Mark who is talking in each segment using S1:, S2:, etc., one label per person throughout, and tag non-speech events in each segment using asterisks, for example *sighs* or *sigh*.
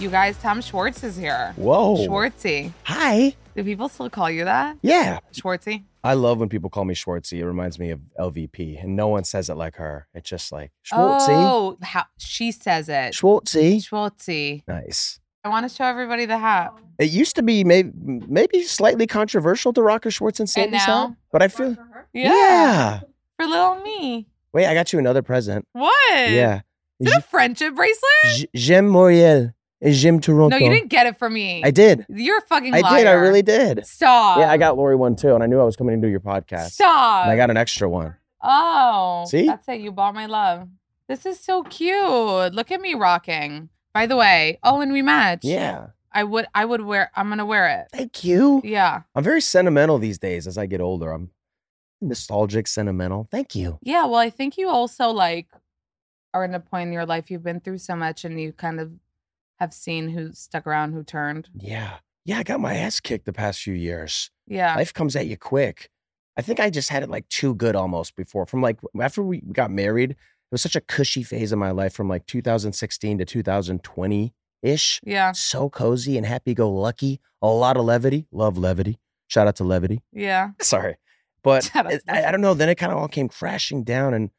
S1: You guys, Tom Schwartz is here.
S2: Whoa.
S1: Schwartzy.
S2: Hi.
S1: Do people still call you that?
S2: Yeah.
S1: Schwartzy?
S2: I love when people call me Schwartzy. It reminds me of LVP, and no one says it like her. It's just like Schwartzy.
S1: Oh, how, she says it.
S2: Schwartzy.
S1: Schwartzy.
S2: Nice.
S1: I want to show everybody the hat.
S2: It used to be maybe maybe slightly controversial to rock a Schwartz and Sandy
S1: now?
S2: song, but I feel
S1: Yeah.
S2: yeah.
S1: For little me.
S2: Wait, I got you another present.
S1: What?
S2: Yeah.
S1: Is it a friendship bracelet?
S2: J- J'aime Moriel et j'aime Toronto.
S1: No, you didn't get it from me.
S2: I did.
S1: You're a fucking
S2: I
S1: liar.
S2: did. I really did.
S1: Stop.
S2: Yeah, I got Lori one too, and I knew I was coming to do your podcast.
S1: Stop.
S2: And I got an extra one.
S1: Oh.
S2: See?
S1: That's it. You bought my love. This is so cute. Look at me rocking. By the way, oh, and we match.
S2: Yeah.
S1: I would. I would wear. I'm gonna wear it.
S2: Thank you.
S1: Yeah.
S2: I'm very sentimental these days as I get older. I'm nostalgic, sentimental. Thank you.
S1: Yeah, well, I think you also like are in a point in your life you've been through so much and you kind of have seen who stuck around, who turned.
S2: Yeah. Yeah, I got my ass kicked the past few years.
S1: Yeah.
S2: Life comes at you quick. I think I just had it like too good almost before. From like after we got married, it was such a cushy phase of my life from like 2016 to 2020 ish.
S1: yeah.
S2: So cozy and happy go lucky. A lot of levity. Love levity. Shout out to levity.
S1: Yeah.
S2: Sorry.
S1: *laughs*
S2: But
S1: Shout out
S2: it-
S1: to
S2: I, I don't know. Then it kind of all came crashing down. And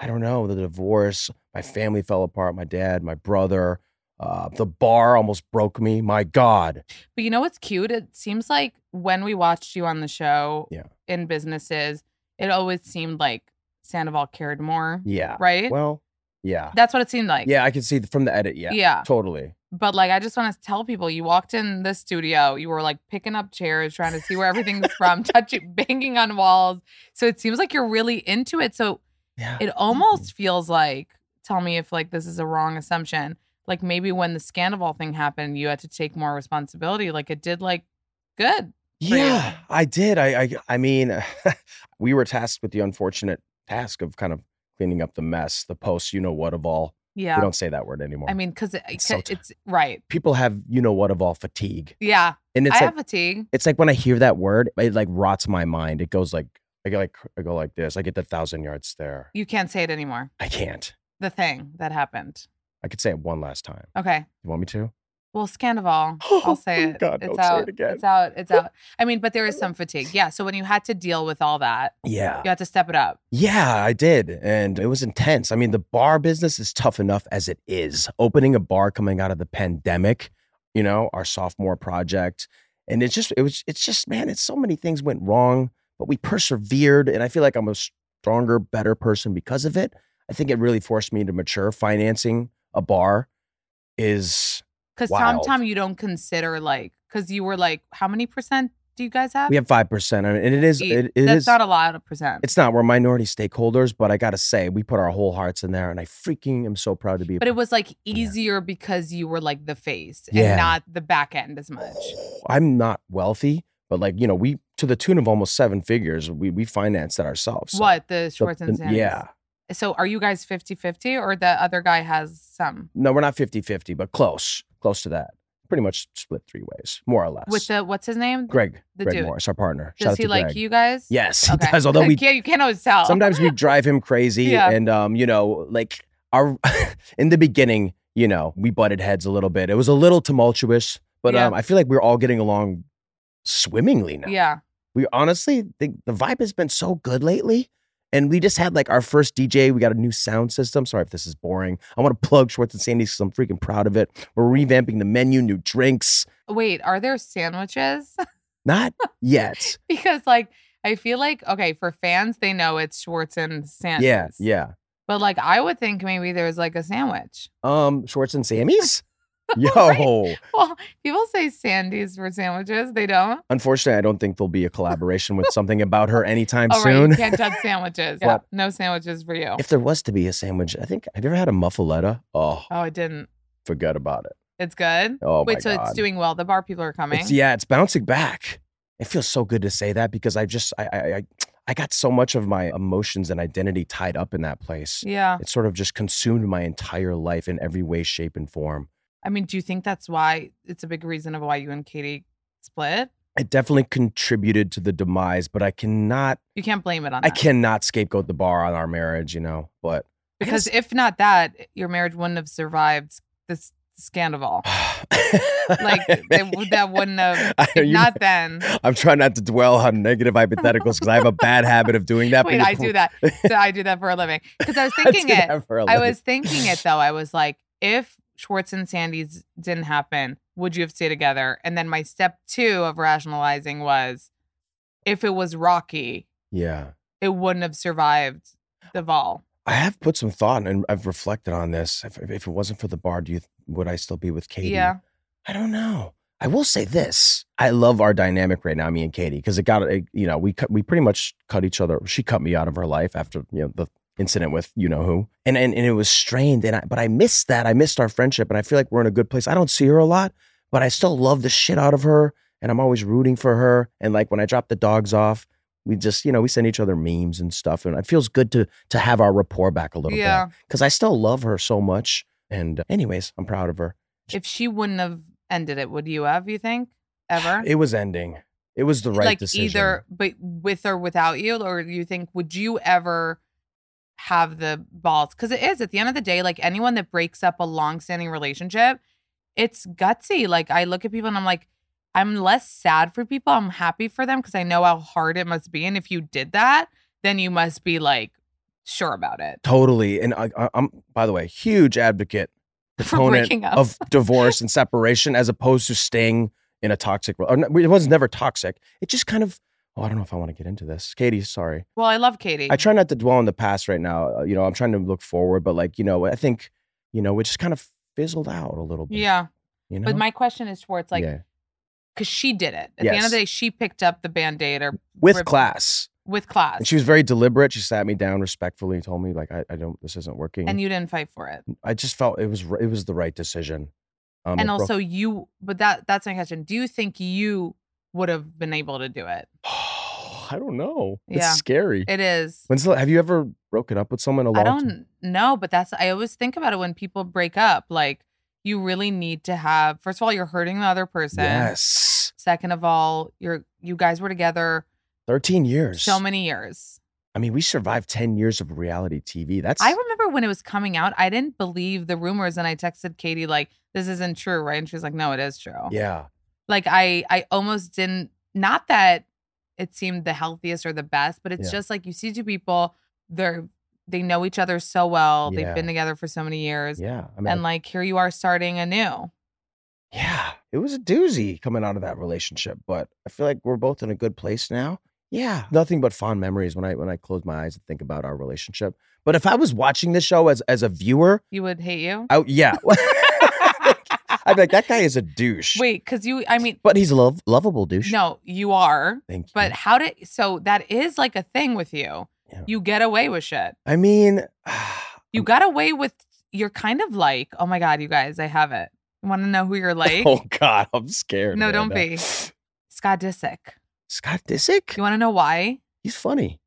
S2: I don't know the divorce, my family fell apart, my dad, my brother, uh, the bar almost broke me. My God.
S1: But you know what's cute? It seems like when we watched you on the show
S2: Yeah.
S1: in businesses, it always seemed like Sandoval cared more.
S2: Yeah.
S1: Right?
S2: Well, yeah.
S1: That's what it seemed like.
S2: Yeah, I can see from the edit. Yeah.
S1: Yeah.
S2: Totally.
S1: But like I just want to tell people you walked in the studio, you were like picking up chairs, trying to see where everything's from, *laughs* touching banging on walls. So it seems like you're really into it. So
S2: Yeah.
S1: it almost feels like tell me if like this is a wrong assumption like maybe when the scandival thing happened you had to take more responsibility like it did like good for you.
S2: Yeah, I did. I I, I mean, *laughs* we were tasked with the unfortunate task of kind of cleaning up the mess, the post, you know what of all.
S1: yeah
S2: We don't say that word anymore.
S1: i mean because it,
S2: It's
S1: it's,
S2: so tough.
S1: right
S2: people have you know what of all fatigue,
S1: yeah
S2: and it's
S1: i have
S2: like
S1: fatigue
S2: it's like when I hear that word, it like rots my mind. It goes like I go like I go like this. I get the thousand yard stare.
S1: you can't say it anymore
S2: I can't.
S1: the thing that happened
S2: I could say it one last time.
S1: okay
S2: You want me to?
S1: well scandival
S2: Oh *laughs*
S1: i'll say
S2: my
S1: it
S2: God,
S1: it's
S2: don't say
S1: out
S2: it again.
S1: it's out it's out i mean but there
S2: *laughs*
S1: is some fatigue yeah so when you had to deal with all that
S2: Yeah.
S1: you had to step it up
S2: Yeah, I did. And it was intense. I mean, the bar business is tough enough as it is. Opening a bar coming out of the pandemic, you know, our sophomore project. And it's just, it was, it's just, man, it's so many things went wrong, but we persevered. And I feel like I'm a stronger, better person because of it. I think it really forced me to mature. Financing a bar is,
S1: because tom
S2: Wild.
S1: tom you don't consider like because you were like how many percent do you guys have
S2: we have 5%. I mean, and it is,
S1: eat.
S2: it, it is.
S1: E That's not a lot of percent.
S2: it's not, we're minority stakeholders, but I got to say, we put our whole hearts in there. And I freaking am so proud to be a
S1: but it was like easier because you were like the face
S2: Yeah.
S1: and not the back end as much.
S2: I'm not wealthy, but like you know, we to the tune of almost seven figures. We we financed it ourselves. so-
S1: What the
S2: so-
S1: Schwartz and Sands.
S2: yeah.
S1: So are you guys 50-50 or the other guy has some
S2: No, we're not 50-50, but close, close to that. Pretty much split three ways, more or less.
S1: with the what's his name?
S2: Greg,
S1: the
S2: Greg
S1: dude.
S2: Morris, our partner. Shout
S1: Does
S2: out
S1: he
S2: to
S1: like
S2: Greg.
S1: you guys?
S2: Yes,
S1: Okay.
S2: *laughs* he does. Although
S1: *laughs*
S2: we
S1: you can't, you can't always tell.
S2: sometimes we drive him
S1: *laughs*
S2: crazy,
S1: Yeah.
S2: and um, you know, like our *laughs* in the beginning, you know, we butted heads a little bit. It was a little tumultuous, but
S1: Yeah.
S2: um, I feel like we're all getting along swimmingly now.
S1: Yeah.
S2: We honestly think the vibe has been so good lately. And we just had like our first DJ. We got a new sound system. Sorry if this is boring. I want to plug Schwartz and Sandy's because I'm freaking proud of it. We're revamping the menu, new drinks.
S1: Wait, are there sandwiches? *laughs*
S2: Not yet.
S1: because like I feel like okay for fans they know it's Schwartz and Sanders.
S2: yeah, yeah.
S1: But like I would think maybe there's like a sandwich. *laughs*
S2: Um, Schwartz and Sammy's? Yo.
S1: Right? Well, people say Sandy's for sandwiches. They don't.
S2: Unfortunately, I don't think there'll be a collaboration with something about her anytime
S1: Oh right,
S2: soon.
S1: you can't
S2: *laughs*
S1: touch sandwiches.
S2: Yeah.
S1: No sandwiches for you.
S2: If there was to be a sandwich, I think have you ever had a muffaletta? Oh,
S1: oh, it didn't.
S2: forget about it.
S1: It's good.
S2: Oh my
S1: Wait, so
S2: god.
S1: it's doing well. The bar people are coming.
S2: It's- yeah, it's bouncing back. It feels so good to say that because I just I I I, I got so much of my emotions and identity tied up in that place.
S1: Yeah.
S2: It sort of just consumed my entire life in every way, shape, and form.
S1: I mean, do you think that's why it's a big reason of why you and Katie split?
S2: It definitely contributed to the demise, but I cannot
S1: You can't blame it on
S2: I
S1: that.
S2: cannot scapegoat the bar on our marriage, you know. But I
S1: Because
S2: *laughs* guess-
S1: if not that, your marriage wouldn't have survived this scandal.
S2: *laughs*
S1: Like, they- that wouldn't have-
S2: I know
S1: If
S2: you-
S1: not then.
S2: I'm trying not to dwell on negative hypotheticals because I have a bad habit of doing that. but
S1: Wait,
S2: you're
S1: I
S2: cor- *laughs*
S1: do that. So I do that for a living. Because I was thinking
S2: do
S1: it.
S2: that for a
S1: I
S2: living.
S1: was thinking it though. I was like, if Schwartz and Sandy's didn't happen, would you have stayed together? And then my step two of rationalizing was if it was Rocky,
S2: Yeah.
S1: it wouldn't have survived the vol.
S2: I have put some thought and I've reflected on this. If, if it wasn't for the bar, do you would I still be with Katie?
S1: Yeah.
S2: I don't know. I will say this: I love our dynamic right now, me and Katie, because it got it, you know we cut, we pretty much cut each other. She cut me out of her life after you know the incident with you know who, and and, and it was strained. And I, but I missed that. I missed our friendship, and I feel like we're in a good place. I don't see her a lot, but I still love the shit out of her, and I'm always rooting for her. And like when I drop the dogs off, we just you know we send each other memes and stuff, and it feels good to to have our rapport back a little
S1: Yeah.
S2: bit because I still love her so much. And anyways, I'm proud of her.
S1: If she wouldn't have ended it, would you have, you think? Ever?
S2: It was ending. It was the right
S1: like
S2: decision.
S1: either but with or without you, or you think would you ever have the balls? Because it is at the end of the day, like anyone that breaks up a long-standing relationship, it's gutsy. Like I look at people and I'm like, I'm less sad for people. I'm happy for them because I know how hard it must be. And if you did that, then you must be like sure about it.
S2: totally. And I, I, I'm, by the way, huge advocate
S1: *laughs* For
S2: proponent
S1: breaking up.
S2: of
S1: *laughs*
S2: divorce and separation, as opposed to staying in a toxic. rel- Or no, it was never toxic. It just kind of. Oh, I don't know if I want to get into this, Katie. Sorry.
S1: Well, I love Katie.
S2: I try not to dwell on the past right now. Uh, You know, I'm trying to look forward, but like you know, I think you know, it just kind of fizzled out a little bit.
S1: yeah.
S2: You know.
S1: But my question is Schwartz, like,
S2: Yeah.
S1: because she did it. At the end of the
S2: Yes.
S1: day, she picked up the band aid or
S2: with
S1: ripped-
S2: class,
S1: With class.
S2: and she was very deliberate. She sat me down respectfully, told me like, I, I don't, this isn't working.
S1: and you didn't fight for it.
S2: I just felt it was r- it was the right decision. Um,
S1: and
S2: it broke-
S1: also you but that that's my question do you think you would have been able to do it
S2: *sighs* I don't know.
S1: Yeah.
S2: It's scary.
S1: it is
S2: When's the, have you ever broken up with someone? A long
S1: i
S2: time-
S1: don't know but that's i always think about it when people break up like you really need to have first of all you're hurting the other person
S2: Yes,
S1: second of all you're you guys were together
S2: thirteen years.
S1: so many years
S2: I mean, we survived ten years of reality TV. That's
S1: i remember when it was coming out i didn't believe the rumors and i texted katie like this isn't true right and she was like no it is true
S2: yeah.
S1: like i i almost didn't not that it seemed the healthiest or the best but it's
S2: Yeah.
S1: just like you see two people they're they know each other so well they've
S2: Yeah.
S1: been together for so many years
S2: Yeah, I mean,
S1: and like here you are starting anew
S2: yeah, it was a doozy coming out of that relationship, but I feel like we're both in a good place now. Yeah, nothing but fond memories when I when I close my eyes and think about our relationship. But if I was watching this show as as a viewer,
S1: you would hate you *laughs*
S2: I *laughs* yeah, *laughs* I'd be like, that guy is a douche.
S1: wait because you i mean
S2: But he's a lov- lovable douche.
S1: no you are
S2: Thank you.
S1: but how did so that is like a thing with you
S2: Yeah.
S1: you get away with shit
S2: I mean, *sighs*
S1: you got away with you're kind of like oh my god you guys i have it want to know who
S2: *laughs*
S1: you're like
S2: oh God, I'm scared.
S1: No,
S2: man.
S1: don't be. scott disick
S2: Scott Disick.
S1: you want to know why
S2: He's funny.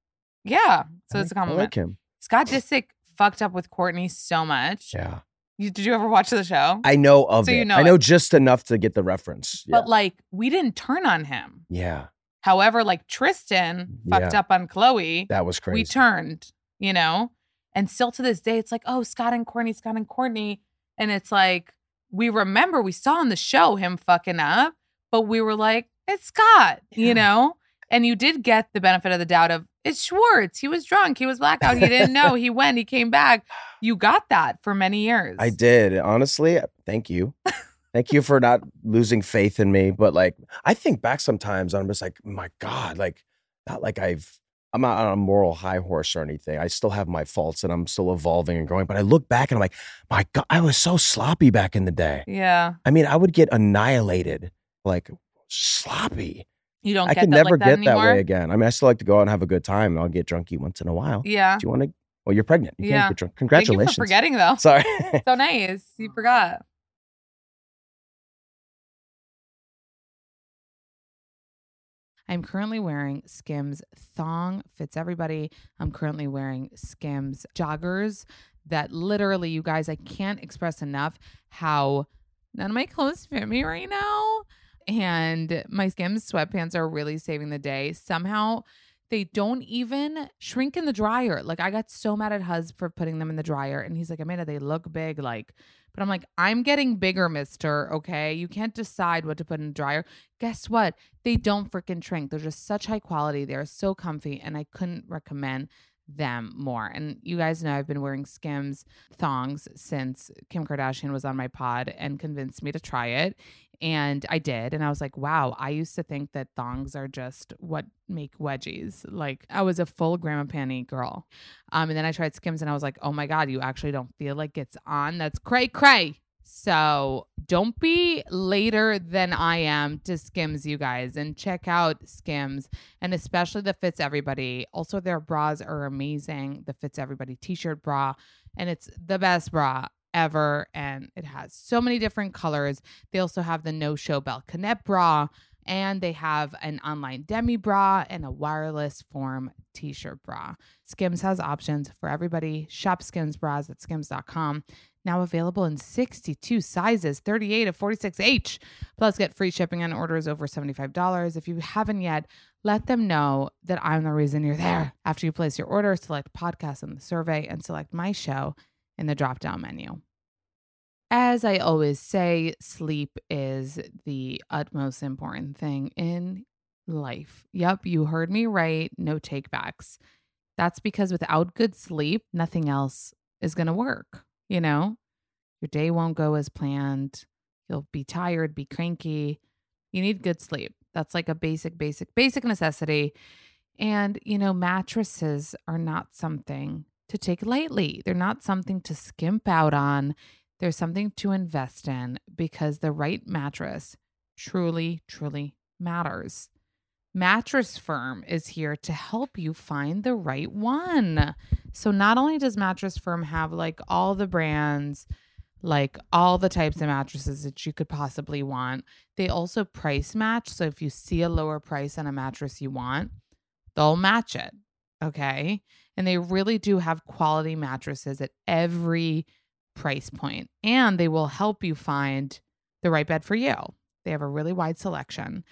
S1: Yeah. So
S2: I
S1: it's a
S2: like-
S1: compliment.
S2: I like him.
S1: Scott Disick fucked up with Courtney so much.
S2: Yeah,
S1: You, did you ever watch the show?
S2: I know of
S1: So
S2: it.
S1: you know
S2: I
S1: it.
S2: know just enough to get the reference. Yeah.
S1: But like, we didn't turn on him.
S2: yeah,
S1: However, like Tristan fucked
S2: Yeah.
S1: up on Chloe.
S2: that was crazy.
S1: We turned, you know? And still to this day, it's like, oh, Scott and Courtney, Scott and Courtney.
S3: And it's like, we remember we saw on the show him fucking up, but we were like, it's Scott,
S2: Yeah.
S3: you know? And you did get the benefit of the doubt of it's Schwartz. He was drunk. He was blackout. He didn't know. He went. He came back. You got that for many years.
S2: I did. Honestly, thank you. thank you for not losing faith in me. But like I think back sometimes I'm just like, my God, like not like I've I'm not on a moral high horse or anything. I still have my faults and I'm still evolving and growing. But I look back and I'm like, my God, I was so sloppy back in the day.
S3: Yeah.
S2: I mean, I would get annihilated, like sloppy.
S3: You don't
S2: I
S3: get
S2: can
S3: that
S2: never
S3: like that
S2: get
S3: anymore.
S2: that way again. I mean, I still like to go out and have a good time. and I'll get drunky once in a while.
S3: Yeah.
S2: Do you want to? Well, you're pregnant. You
S3: Yeah.
S2: can't get drunk.
S3: Thank you for
S2: Congratulations.
S3: forgetting though.
S2: *laughs* Sorry.
S3: So nice. You forgot.
S1: I'm currently wearing Skims thong, fits everybody. I'm currently wearing Skims joggers that literally, you guys, I can't express enough how none of my clothes fit me right now. And my Skims sweatpants are really saving the day. Somehow, they don't even shrink in the dryer. Like, I got so mad at Huz for putting them in the dryer. And he's like, Amanda, they look big. Like, but I'm like, I'm getting bigger, mister. Okay. You can't decide what to put in the dryer. Guess what? they don't freaking shrink. They're just such high quality. They are so comfy, and I couldn't recommend them more. And you guys know I've been wearing Skims thongs since Kim Kardashian was on my pod and convinced me to try it. And I did. And I was like, wow, I used to think that thongs are just what make wedgies. Like I was a full grandma panty girl. Um, and then I tried Skims and I was like, oh my God, you actually don't feel like it's on. That's cray cray. So don't be later than I am to Skims, you guys, and check out Skims and especially the Fits Everybody. Also, their bras are amazing. The Fits Everybody t shirt bra, and it's the best bra ever. And it has so many different colors. They also have the No Show Balconette bra, and they have an online demi bra and a wireless form t shirt bra. Skims has options for everybody. Shop Skims bras at skims.com now available in 62 sizes 38 to 46h plus get free shipping on orders over $75 if you haven't yet let them know that i'm the reason you're there after you place your order select podcast in the survey and select my show in the drop down menu as i always say sleep is the utmost important thing in life yep you heard me right no takebacks that's because without good sleep nothing else is going to work. You know, your day won't go as planned. You'll be tired, be cranky. You need good sleep. That's like a basic, basic, basic necessity. And, you know, mattresses are not something to take lightly, they're not something to skimp out on. There's something to invest in because the right mattress truly, truly matters. Mattress Firm is here to help you find the right one. So not only does Mattress Firm have like all the brands, like all the types of mattresses that you could possibly want, they also price match. So if you see a lower price on a mattress you want, they'll match it. Okay. And they really do have quality mattresses at every price point, and they will help you find the right bed for you. They have a really wide selection.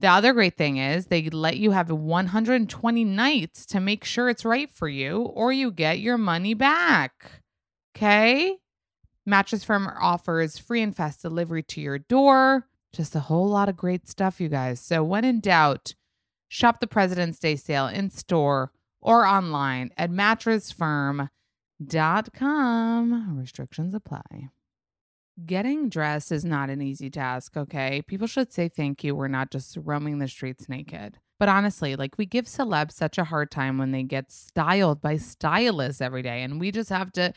S1: The other great thing is they let you have 120 nights to make sure it's right for you or you get your money back. Okay? Mattress Firm offers free and fast delivery to your door. Just a whole lot of great stuff, you guys. So when in doubt, shop the President's Day sale in store or online at mattressfirm.com. Restrictions apply. Getting dressed is not an easy task, okay? People should say thank you. We're not just roaming the streets naked. But honestly, like we give celebs such a hard time when they get styled by stylists every day, and we just have to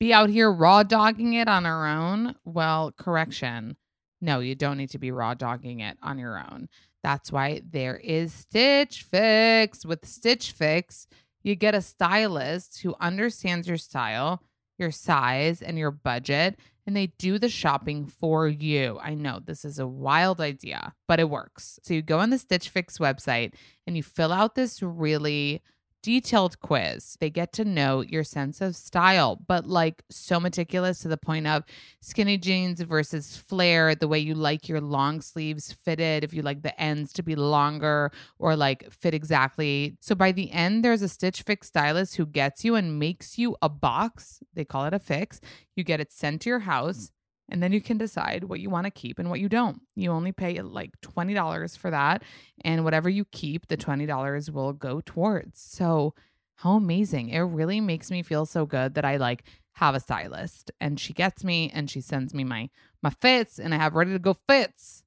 S1: be out here raw dogging it on our own. Well, correction. No, you don't need to be raw dogging it on your own. That's why there is Stitch Fix. With Stitch Fix, you get a stylist who understands your style, your size, and your budget and they do the shopping for you. I know this is a wild idea, but it works. So you go on the Stitch Fix website and you fill out this really
S4: detailed quiz. They get to know your sense of style, but like so meticulous to the point of skinny jeans versus flare, the way you like your long sleeves fitted, if you like the ends to be longer or like fit exactly. So by the end, there's a Stitch Fix stylist who gets you and makes you a box. They call it a fix. You get it sent to your house. And then you can decide what you want to keep and what you don't. You only pay like $20 for that. And whatever you keep, the $20 will go towards. So, how amazing. It really makes me feel so good that I like have a stylist and she gets me and she sends me my my fits and I have ready to go fits.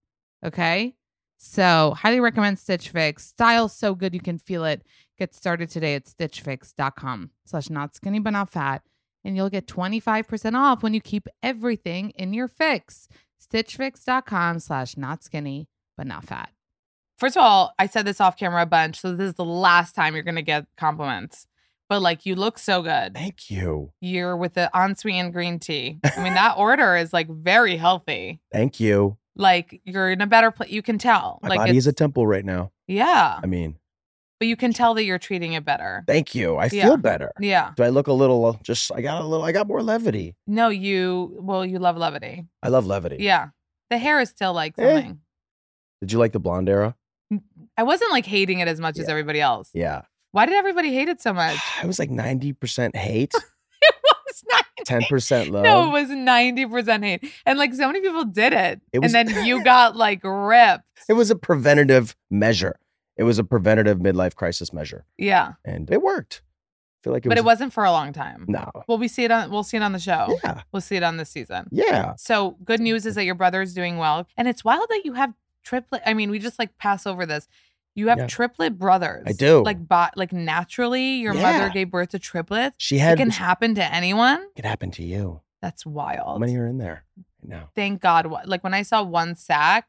S4: Okay? So, highly recommend Stitch Fix. Style so good you can feel it. Get started today at stitchfix.com slash not skinny but not fat and you'll get 25% off when you keep everything in your fix. Stitchfix.com slash not skinny, but not fat.
S1: First of all, I said this off camera a bunch, so this is the last time you're gonna get compliments. But like, you look so good.
S2: Thank you.
S1: You're with the and green tea. I mean, that order is like very healthy.
S2: Thank you.
S1: Like you're in a better place. You can tell.
S2: My
S1: like
S2: body is a
S1: it's-
S2: temple right now.
S1: yeah,
S2: I mean,
S1: but you can tell that you're treating it better.
S2: thank you. I
S1: Yeah.
S2: feel better.
S1: Yeah.
S2: Do I look a little just I got a little I got more levity.
S1: No, you. Well, you love levity.
S2: I love levity.
S1: Yeah. The hair is still like
S2: Eh.
S1: something.
S2: Did you like the blonde era?
S1: I wasn't like hating it as much as
S2: Yeah.
S1: everybody else.
S2: Yeah.
S1: Why did everybody hate it so
S2: *laughs*
S1: much?
S2: *sighs*
S1: *laughs*
S2: I was like 90% hate,
S1: it was not
S2: 10%
S1: *laughs*
S2: love.
S1: No, it was ninety percent hate, and like so many people did it,
S2: It was-
S1: and then you
S2: *laughs*
S1: got like ripped.
S2: it was a preventative measure. It was a preventative midlife crisis measure.
S1: Yeah,
S2: And it worked. I feel like it
S1: but
S2: was
S1: it wasn't for a long time.
S2: No.
S1: Well, we see it on. We'll see it on the show.
S2: Yeah.
S1: We'll see it on this season.
S2: Yeah.
S1: So good news is that your brother's doing well, and it's wild that you have triplet. I mean, we just like pass over this. You have
S2: Yeah.
S1: triplet brothers.
S2: I do.
S1: Like, bo- like naturally, your mother
S2: Yeah.
S1: gave birth to triplets.
S2: She
S1: It
S2: had
S1: can happen to anyone.
S2: it happened to you.
S1: That's wild.
S2: How many are in there right now?
S1: thank God. wh- Like when I saw one sack,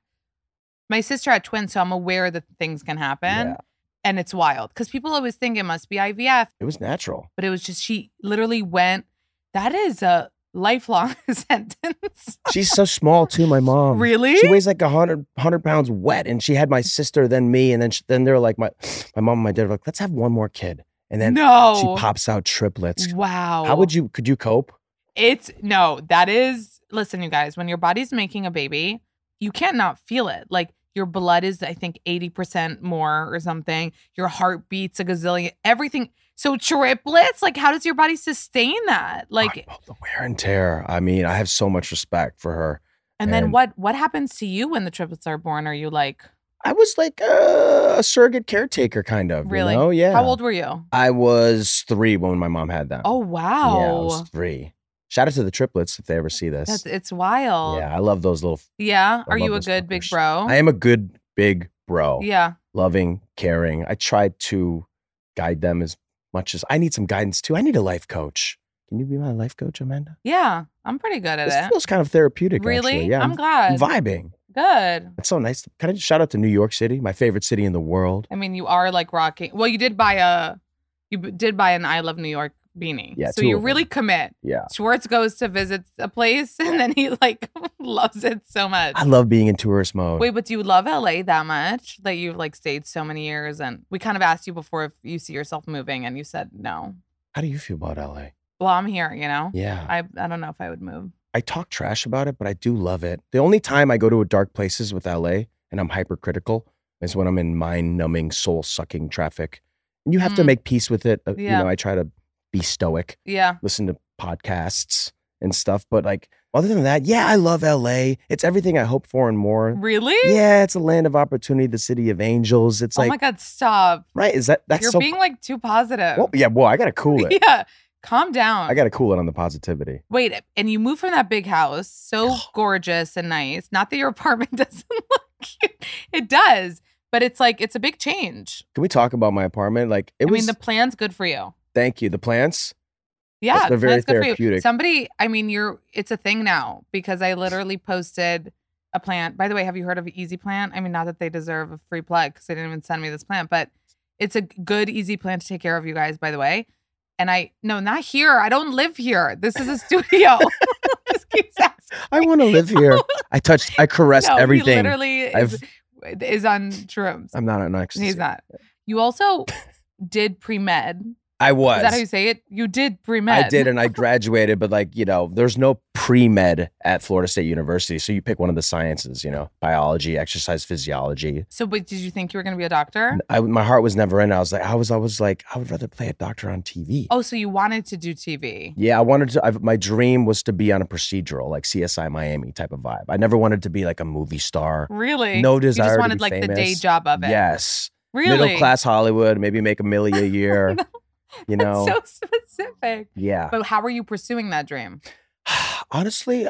S1: my sister had twins, so I'm aware that things can happen,
S2: Yeah.
S1: and it's wild because people always think it must be IVF,
S2: It was natural.
S1: but it was just she literally went. That is a lifelong *laughs* sentence.
S2: She's so small too, my mom.
S1: really?
S2: Um, She weighs like a hundred hundred pounds wet, and she had my sister, then me, and then she, then they're like my my mom and my dad were like, let's have one more kid, and then
S1: no.
S2: she pops out triplets.
S1: Wow.
S2: How would you? Could you cope?
S1: It's no. That is. Listen, you guys. When your body's making a baby, you can't not feel it. Like. Your blood is, I think, 80% more or something. Your heart beats a gazillion. Everything. So triplets, like how does your body sustain that? Like
S2: Oh, the wear and tear. I mean, I have so much respect for her.
S1: And then
S2: And-
S1: what what happens to you when the triplets are born? Are you like
S2: I was like uh, a, a surrogate caretaker, kind of.
S1: really?
S2: Oh yeah.
S1: How old were you?
S2: I was three when my mom had them.
S1: Oh
S2: Yeah, I
S1: wow.
S2: was three. Shout out to the triplets if they ever see this.
S1: That's it's wild.
S2: yeah, I love those little.
S1: Yeah.
S2: I
S1: Are
S2: love
S1: you a
S2: those
S1: good big
S2: fuckers.
S1: bro?
S2: I am a good big bro.
S1: Yeah.
S2: loving, caring. I try to guide them as much as I need some guidance too. I need a life coach. Can you be my life coach, Amanda?
S1: Yeah. I'm pretty good at
S2: This
S1: it.
S2: feels kind of therapeutic.
S1: Really?
S2: Actually. Yeah.
S1: I'm glad.
S2: I'm vibing.
S1: good.
S2: It's so nice. Can I just shout out to New York City, my favorite city in the world?
S1: I mean, you are like rocking. Well, you did buy a you b- did buy an I love New York beanie.
S2: Yeah,
S1: So
S2: two
S1: you
S2: of
S1: really
S2: them.
S1: commit.
S2: Yeah.
S1: Schwartz goes to visit a place and then he like *laughs* loves it so much.
S2: I love being in tourist mode.
S1: Wait, but do you love LA that much that you've like stayed so many years? And we kind of asked you before if you see yourself moving, and you said no.
S2: How do you feel about LA?
S1: Well, I'm here, you know.
S2: Yeah.
S1: I I don't know if I would move.
S2: I talk trash about it, but I do love it. The only time I go to a dark places with LA and I'm hypercritical is when I'm in mind numbing, soul sucking traffic. And you have to
S1: Mm.
S2: make peace with it. Uh,
S1: Yeah.
S2: You know, I try to be stoic.
S1: Yeah,
S2: listen to podcasts and stuff. But like other than that, yeah, I love LA. It's everything I hope for and more.
S1: really?
S2: Yeah, it's a land of opportunity, the city of angels. It's
S1: oh
S2: like
S1: my God, stop!
S2: right, is that that's
S1: You're
S2: so
S1: being like too positive.
S2: well, yeah, well, I gotta cool it.
S1: *laughs* yeah, calm down.
S2: I gotta cool it on the positivity.
S1: Wait, and you moved from that big house, so gorgeous and nice. Not that your *laughs* apartment doesn't look cute; it does, but it's like it's a big change.
S2: Can we talk about my apartment? Like it
S1: I
S2: was
S1: mean, the plan's good for you.
S2: thank you. The plants.
S1: Yeah,
S2: They're very
S1: that's good for you.
S2: therapeutic.
S1: Somebody, I mean, you're it's a thing now because I literally posted a plant. By the way, have you heard of Easy Plant? I mean, not that they deserve a free plug because they didn't even send me this plant, but it's a good easy plant to take care of you guys. By the way, and I no, not here. I don't live here. This is a *laughs* studio. Just keeps asking. *laughs*
S2: I wanna live here. I touched I caressed
S1: No, he
S2: everything.
S1: literally
S2: I've-
S1: is, is on shrooms.
S2: I'm not an ex.
S1: He's not. You also did pre med.
S2: I was.
S1: Is that how you say it? You did pre med.
S2: I did, and I graduated, but like, you know, there's no pre med at Florida State University. So you pick one of the sciences, you know, biology, exercise physiology.
S1: So, but did you think you were going to be a doctor?
S2: And I, my heart was never in. it. I was like, I was always like, I would rather play a doctor on TV.
S1: Oh, so you wanted to do TV.
S2: Yeah, I wanted to. i my dream was to be on a procedural, like CSI Miami type of vibe. I never wanted to be like a movie star.
S1: Really?
S2: No
S1: You
S2: desire
S1: just
S2: to
S1: wanted
S2: be
S1: like the day
S2: famous.
S1: job of it.
S2: Yes,
S1: Really?
S2: middle class Hollywood, maybe make a million a year.
S1: *laughs*
S2: You
S1: That's
S2: know,
S1: so specific.
S2: yeah.
S1: But how were you pursuing that dream?
S2: *sighs* Honestly,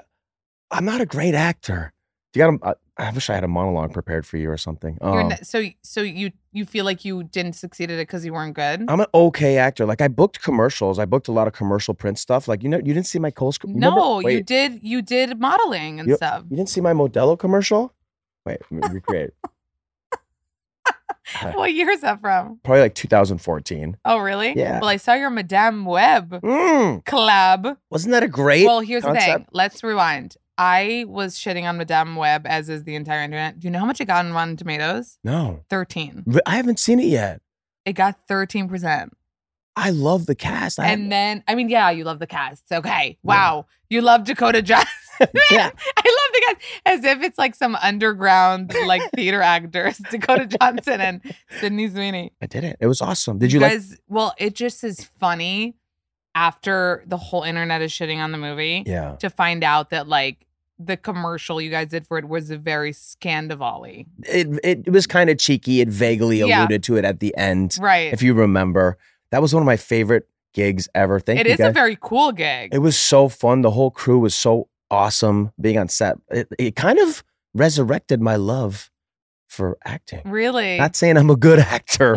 S2: I'm not a great actor. You got? I, I wish I had a monologue prepared for you or something.
S1: You're
S2: Um,
S1: n- so so you you feel like you didn't succeed at it because you weren't good.
S2: I'm an okay actor. Like I booked commercials. I booked a lot of commercial print stuff. Like you know, you didn't see my Coles. co- remember-
S1: no, you
S2: wait,
S1: did you did modeling and
S2: You-
S1: stuff.
S2: You didn't see my Modelo commercial. Wait, let me recreate.
S1: What year is that from?
S2: Probably like 2014.
S1: Oh, really?
S2: Yeah.
S1: Well, I saw your Madame Web
S2: Mm,
S1: collab.
S2: wasn't that a great?
S1: Well, here's the thing.
S2: concept.
S1: Let's rewind. I was shitting on Madame Web, as is the entire internet. Do you know how much it got on Rotten Tomatoes?
S2: no,
S1: Thirteen.
S2: Re- I haven't seen it yet.
S1: It got thirteen percent.
S2: I love the cast. I
S1: And then, I mean, yeah, you love the cast. Okay. Wow. You love Dakota Johnson.
S2: *laughs* Yeah.
S1: *laughs* I love the cast as if it's like some underground, like theater actors, *laughs* Dakota Johnson and Sydney Sweeney.
S2: I did it. It was awesome. Did you like?
S1: guys, well, it just is funny after the whole internet is shitting on the movie
S2: Yeah,
S1: to find out that like the commercial you guys did for it was a very scandavoly.
S2: it it, it was kind of cheeky. It vaguely
S1: Yeah.
S2: alluded to it at the end,
S1: Right.
S2: if you remember. That was one of my favorite gigs ever. Thank
S1: it
S2: you
S1: is
S2: guys.
S1: a very cool gig.
S2: It was so fun. The whole crew was so awesome being on set. It, it kind of resurrected my love for acting.
S1: really?
S2: Not saying I'm a good *laughs* actor,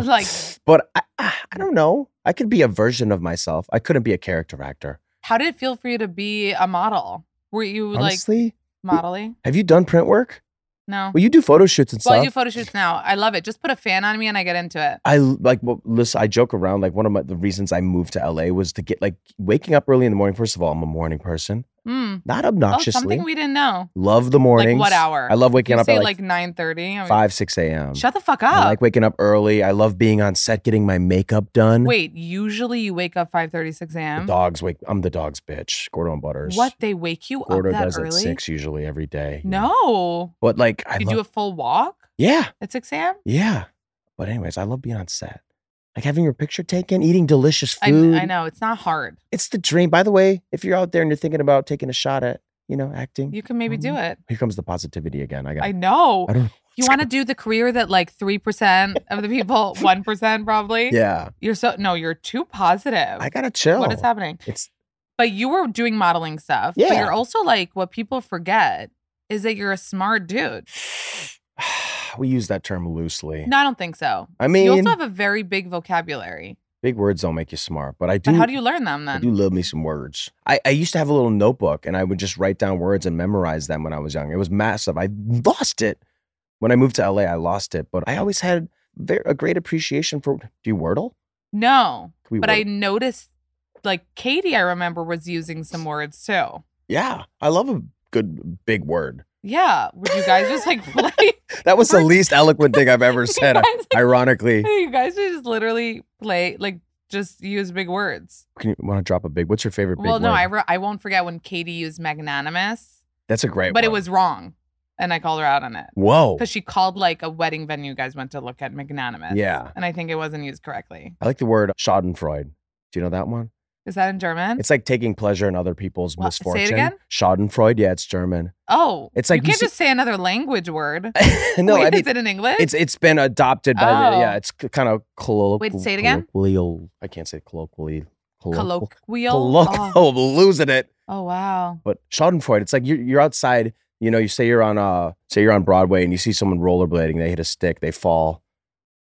S1: *laughs* Like-
S2: but I, I I don't know. I could be a version of myself. I couldn't be a character actor.
S1: How did it feel for you to be a model? Were you
S2: Honestly,
S1: like modeling?
S2: have you done print work?
S1: No.
S2: Well, you do photo shoots and
S1: Well, I do
S2: stuff.
S1: photo shoots now. I love it. Just put a fan on me and I get into it.
S2: I like well, listen. I joke around. Like one of my, the reasons I moved to LA was to get like waking up early in the morning. First of all, I'm a morning person,
S1: Mm.
S2: not
S1: Oh,
S2: obnoxiously.
S1: something we didn't know.
S2: Love the mornings.
S1: Like what hour?
S2: I love waking
S1: You
S2: up
S1: say
S2: at
S1: like
S2: like,
S1: nine thirty.
S2: five, six a.m.
S1: Shut the fuck
S2: I
S1: up.
S2: like waking up early. I love being on set, getting my makeup done.
S1: Wait, usually you wake up five thirty six
S2: the
S1: a.m.
S2: dogs wake. I'm the dog's bitch. Gordo and Butters.
S1: What they wake you
S2: Gordo
S1: up that
S2: does
S1: early?
S2: at six usually every day. you know.
S1: No,
S2: But like I
S1: you
S2: love.
S1: do a full walk
S2: yeah,
S1: at six a.m.
S2: yeah. But anyways, I love being on set. Like having your picture taken, eating delicious
S1: I,
S2: food.
S1: I know it's not hard.
S2: It's the dream. By the way, if you're out there and you're thinking about taking a shot at, you know, acting,
S1: You can maybe do it.
S2: here comes the positivity again. I got.
S1: I know.
S2: Mm-hmm. I don't. know
S1: You
S2: *laughs* what's
S1: want to do the career that like three percent of the
S2: *laughs*
S1: people, one percent probably.
S2: going- Yeah,
S1: You're so no, you're too positive.
S2: I gotta chill.
S1: What is happening?
S2: It's *sighs*
S1: But you were doing modeling stuff. But
S2: Yeah.
S1: you're also like what people forget is that you're a smart dude.
S2: we use that term loosely.
S1: No, I don't think so.
S2: I
S1: you
S2: mean,
S1: also have a very big vocabulary.
S2: big words don't make you smart, but I do.
S1: But how do you learn them
S2: I
S1: then?
S2: do love me some words. I, I used to have a little notebook and I would just write down words and memorize them when I was young. It was massive. I lost it. When I moved to LA, I lost it, but I always had very, a great appreciation for. Do you Wordle?
S1: no.
S2: Can we
S1: But I
S2: Wordle?
S1: noticed like Katie, I remember, was using
S2: *laughs*
S1: some words too.
S2: Yeah, I love a good big word.
S1: Yeah. Would you guys just like *laughs* play?
S2: That was the least eloquent thing I've ever
S1: *laughs*
S2: said,
S1: you, guys, *laughs*
S2: ironically.
S1: you guys should just literally play, like just use big words.
S2: Can you want to drop a big? What's your favorite big
S1: well,
S2: word?
S1: no, I, re- I won't forget when Katie used magnanimous,
S2: That's a great
S1: but it
S2: one.
S1: was wrong. And I called her out on it.
S2: Whoa.
S1: Because she called like a wedding venue you guys went to look at magnanimous.
S2: Yeah.
S1: And I think it wasn't used correctly.
S2: I like the word schadenfreude. Do you know that one?
S1: Is that in German?
S2: It's like taking pleasure in other people's
S1: What? Say it
S2: misfortune.
S1: again?
S2: Schadenfreude. Yeah, it's German. *laughs*
S1: oh,
S2: it's like
S1: you
S2: you
S1: can't
S2: see-
S1: just say another language word.
S2: no,
S1: Wait,
S2: I mean,
S1: is it in English?
S2: It's it's been adopted by the,
S1: Oh.
S2: yeah. It's kind of colloquial.
S1: Wait, say it again?
S2: Colloquial. I can't say colloquially. Colloquial.
S1: colloquial.
S2: Colloquial.
S1: Oh.
S2: I'm *laughs* losing it.
S1: Oh, wow.
S2: But Schadenfreude. It's like you're you're outside. You know, you say you're on uh say you're on Broadway and you see someone rollerblading. They hit a stick. They fall.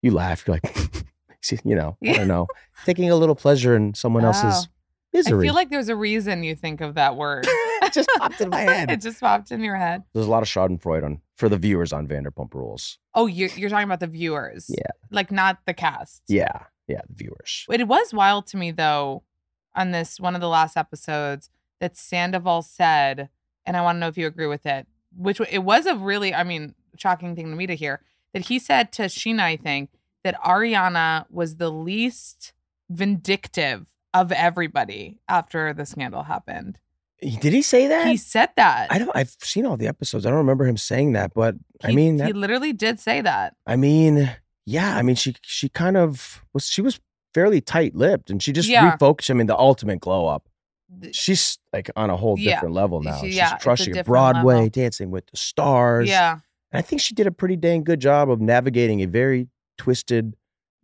S2: You laugh. You're like, *laughs* see, you know, I
S1: Yeah. *laughs*
S2: don't know, taking a little pleasure in someone else's misery.
S1: Oh. I feel like there's a reason you think of that word.
S2: *laughs* it just popped in
S1: *laughs*
S2: my
S1: it
S2: head.
S1: just popped in your head.
S2: There's a lot of Schadenfreude on for the viewers on Vanderpump Rules.
S1: Oh, you're, you're talking about the viewers.
S2: Yeah.
S1: Like not the cast.
S2: Yeah, yeah, the viewers.
S1: It was wild to me though, on this one of the last episodes that Sandoval said, and I want to know if you agree with it. Which w- it was a really, I mean, shocking thing to me to hear that he said to Sheena, I think, that Ariana was the least vindictive of everybody after the scandal happened.
S2: Did he say that?
S1: He said that.
S2: I don't. I've seen all the episodes. I don't remember him saying that, but I
S1: He-
S2: mean,
S1: he
S2: that,
S1: literally did say that.
S2: I mean, yeah. I mean, she she kind of was. She was fairly tight lipped, and she just
S1: Yeah.
S2: refocused. I mean, the ultimate glow up.
S1: Th-
S2: She's like on a whole
S1: Yeah.
S2: different level now.
S1: She-
S2: She's
S1: yeah, it's a
S2: crushing
S1: different
S2: Broadway,
S1: level.
S2: Dancing with the Stars.
S1: Yeah,
S2: and I think she did a pretty dang good job of navigating a very twisted,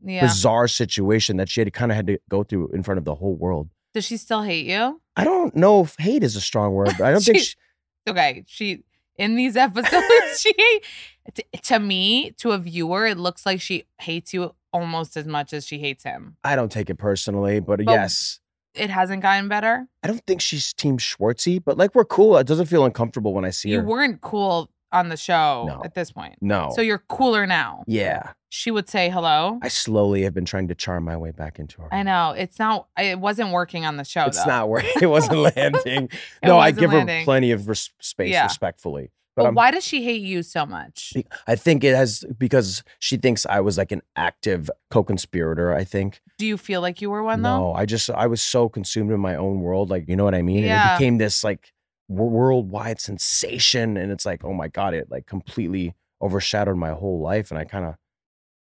S1: yeah.
S2: bizarre situation that she had kind of had to go through in front of the whole world.
S1: Does she still hate you?
S2: I don't know if hate is a strong word, but I don't
S1: *laughs*
S2: think
S1: She-
S2: she,
S1: Okay, she in these
S2: *laughs*
S1: episodes, she t- to me to a viewer, it looks like she hates you almost as much as she hates him.
S2: I don't take it personally, but,
S1: But-
S2: yes.
S1: It hasn't gotten better.
S2: I don't think she's team Schwartzy, but like we're cool. It doesn't feel uncomfortable when I see
S1: You
S2: her.
S1: weren't cool on the show
S2: No.
S1: at this point,
S2: no.
S1: so you're cooler now.
S2: yeah.
S1: She would say hello.
S2: I slowly have been trying to charm my way back into her.
S1: I know it's not. It wasn't working on the show.
S2: It's
S1: though.
S2: not
S1: *laughs*
S2: where it wasn't landing. no, I
S1: wasn't
S2: give her
S1: landing.
S2: plenty of res- space
S1: Yeah.
S2: respectfully. But
S1: But
S2: I'm-
S1: why does she hate you so much?
S2: Be- I think it has because she thinks I was like an active co-conspirator. I think
S1: Do you feel like you were one
S2: no, I just I was so consumed in my own world. Like you know what I mean? And
S1: Yeah.
S2: It became this like wor- worldwide sensation, and it's like oh my god, it like completely overshadowed my whole life, and I kind of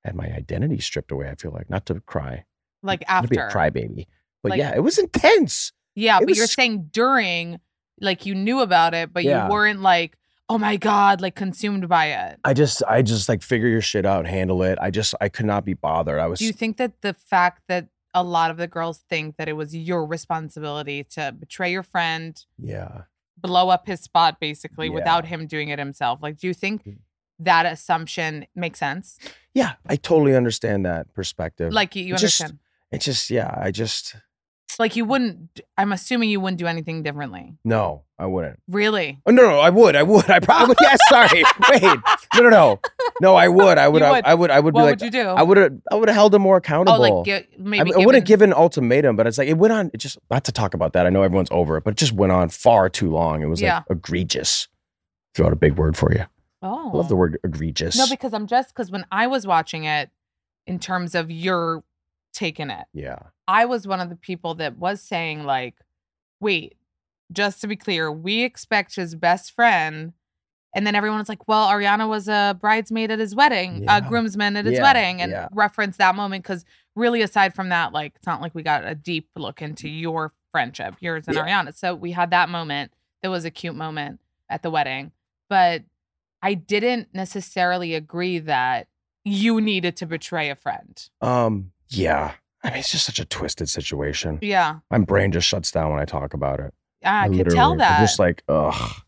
S2: had my identity stripped away. I feel like not to cry,
S1: though? Like
S2: not to be a
S1: after.
S2: crybaby, but
S1: Like-
S2: yeah, it was intense.
S1: Yeah,
S2: It
S1: but
S2: was
S1: you're
S2: sc-
S1: saying during, like you knew about it, but
S2: Yeah.
S1: you weren't like, oh my God, like consumed by it.
S2: I just I just like figure your shit out, handle it. I just I could not be bothered. I was
S1: Do you think that the fact that a lot of the girls think that it was your responsibility to betray your friend,
S2: yeah.
S1: blow up his spot basically
S2: Yeah.
S1: without him doing it himself? Like, do you think
S2: Mm.
S1: that assumption makes sense?
S2: Yeah, I totally understand that perspective.
S1: Like, you, you
S2: It just-
S1: understand?
S2: It's just, yeah, I just,
S1: Like, you wouldn't, I'm assuming you wouldn't do anything differently.
S2: no, I wouldn't.
S1: Really?
S2: Oh, no, no, I would, I would. I probably, *laughs* yeah, sorry. Wait,
S1: *laughs*
S2: no, no, no. No, I would, I would,
S1: You
S2: I,
S1: would.
S2: I would, I would
S1: What
S2: be like,
S1: would you do?
S2: I would have, I would have held him more
S1: oh,
S2: accountable.
S1: like, gi- maybe.
S2: I, I wouldn't
S1: given-
S2: give an ultimatum, but it's like, it went on, it just, not to talk about that. I know everyone's over it, but it just went on far too long. It was
S1: Yeah.
S2: like egregious. Throw out a big word for you.
S1: Oh.
S2: I love the word egregious.
S1: No, because I'm just because when I was watching it, in terms of your taking it,
S2: yeah.
S1: I was one of the people that was saying like, wait, just to be clear, we expect his best friend. And then everyone was like, well, Ariana was a bridesmaid at his wedding,
S2: Yeah.
S1: a groomsman at his
S2: Yeah,
S1: wedding, and
S2: yeah.
S1: referenced that moment. Because really, aside from that, like, it's not like we got a deep look into your friendship, yours and
S2: Yeah.
S1: Ariana. So we had that moment that was a cute moment at the wedding. But I didn't necessarily agree that you needed to betray a friend.
S2: Um, yeah. I mean, it's just such a twisted situation.
S1: Yeah.
S2: My brain just shuts down when I talk about it.
S1: I, could
S2: literally-
S1: tell
S2: I'm
S1: that.
S2: just like, ugh.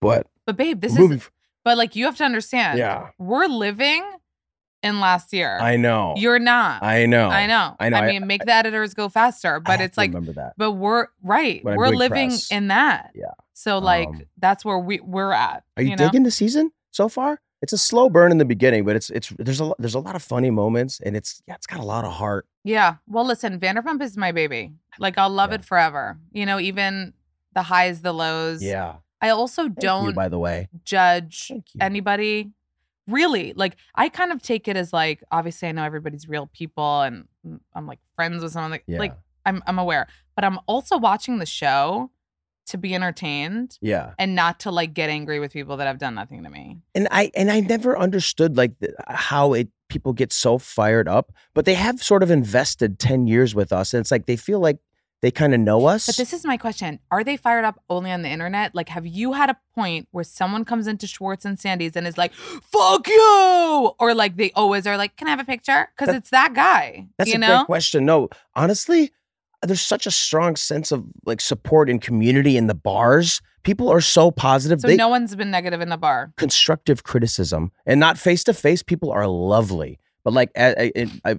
S2: But
S1: but babe, this
S2: moving
S1: is but like you have to understand.
S2: Yeah.
S1: We're living in last year.
S2: I know.
S1: You're not.
S2: I know.
S1: I know.
S2: I know. I-
S1: mean, make the editors go faster,
S2: I
S1: but
S2: have
S1: it's
S2: to
S1: like
S2: remember that.
S1: but we're right.
S2: But I'm
S1: We're
S2: doing
S1: living
S2: press.
S1: in that.
S2: Yeah.
S1: So like
S2: Um,
S1: that's where we we're at.
S2: Are you,
S1: know?
S2: digging the season so far? It's a slow burn in the beginning, but it's it's there's a lo- there's a lot of funny moments, and it's yeah, it's got a lot of heart.
S1: Yeah. Well, listen, Vanderpump is my baby. Like I'll love
S2: Yeah.
S1: it forever. You know, even the highs, the lows.
S2: Yeah.
S1: I also
S2: Thank
S1: don't
S2: you, by the way.
S1: judge
S2: Thank you.
S1: anybody really like i kind of take it as like obviously i know everybody's real people and i'm like friends with someone like
S2: Yeah.
S1: like I'm, I'm aware but i'm also watching the show to be entertained
S2: yeah.
S1: and not to like get angry with people that have done nothing to me
S2: And I and I never understood like the, uh, how it people get so fired up, but they have sort of invested ten years with us, and it's like they feel like they kind of know us.
S1: but this is my question are they fired up only on the internet like have you had a point where someone comes into schwartz and sandy's and is like fuck you or like they always are like can i have a picture because
S2: That-
S1: it's that guy
S2: That's
S1: you
S2: a
S1: know
S2: great question. No, honestly, there's such a strong sense of like support and community in the bars. People are so positive.
S1: so
S2: they
S1: no one's been negative in the bar
S2: constructive criticism and not face to face. People are lovely, but like I, I, I,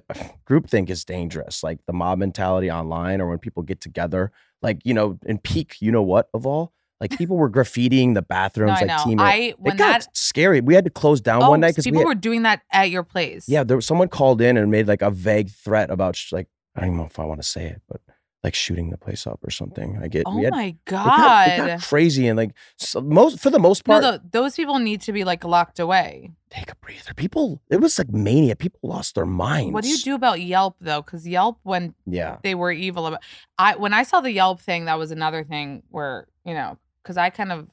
S2: groupthink is dangerous. Like the mob mentality online, or when people get together, like you know, in peak, you know what of all.
S1: *laughs*
S2: Like people were graffitiing the bathrooms,
S1: no,
S2: like
S1: I know.
S2: teammates.
S1: I
S2: It
S1: when
S2: got
S1: that
S2: scary. We had to close down
S1: oh,
S2: one night because we
S1: people
S2: had,
S1: were doing that at your place.
S2: Yeah, there was someone called in and made like a vague threat about sh- like I don't even know if I want to say it, but like shooting the place up or something. I get.
S1: Oh
S2: we had-
S1: my
S2: it got- it
S1: god.
S2: got crazy and like so most for the most
S1: no,
S2: part,
S1: tho- those people need to be like locked away.
S2: take a breather. People, it was like mania. People lost their minds.
S1: What do you do about Yelp though? Because Yelp, when
S2: Yeah,
S1: they were evil about, I when I saw the Yelp thing, that was another thing where you know, because I kind of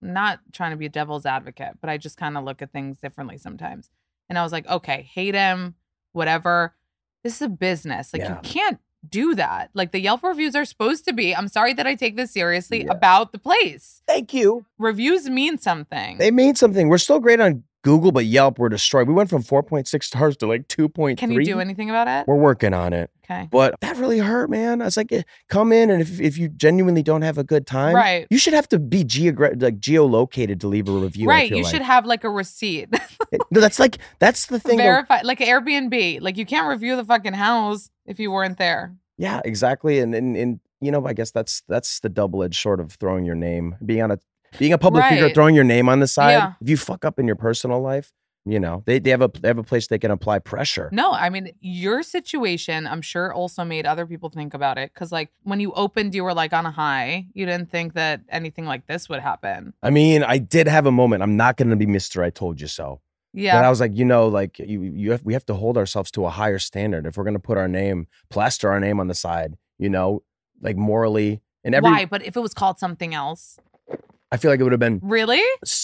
S1: not trying to be a devil's advocate, but I just kind of look at things differently sometimes. And I was like, okay, hate him, whatever. This is a business. Like
S2: Yeah.
S1: you can't do that. Like the Yelp reviews are supposed to be. I'm sorry that I take this seriously
S2: Yeah.
S1: about the place.
S2: thank you.
S1: Reviews mean something.
S2: They mean something. We're still great on Google, but Yelp we're destroyed. We went from four point six stars to like two point three.
S1: Can you do anything about it?
S2: We're working on it,
S1: Okay.
S2: but that really hurt, man. I was like, eh, come in, and if if you genuinely don't have a good time,
S1: Right.
S2: You should have to be geogra- like geolocated to leave a review. I
S1: right.
S2: feel
S1: You
S2: like.
S1: should have like a receipt.
S2: No, that's like that's the thing. of-
S1: Verify like Airbnb. Like you can't review the fucking house if you weren't there.
S2: Yeah, exactly. And and and you know, I guess that's that's the double edged sword of throwing your name, being on a being a public figure,
S1: Right.
S2: throwing your name on the side.
S1: Yeah.
S2: If you fuck up in your personal life, you know, they, they have a they have a place they can apply pressure.
S1: No, I mean your situation. I'm sure also made other people think about it because like when you opened, you were like on a high. You didn't think that anything like this would happen.
S2: I mean, I did have a moment. I'm not gonna be Mister. I told you so. But
S1: Yeah.
S2: I was like, you know, like you you have, we have to hold ourselves to a higher standard if we're gonna put our name, plaster our name on the side. You know, like morally and every.
S1: Why? But if it was called something else,
S2: I feel like it would have been
S1: really?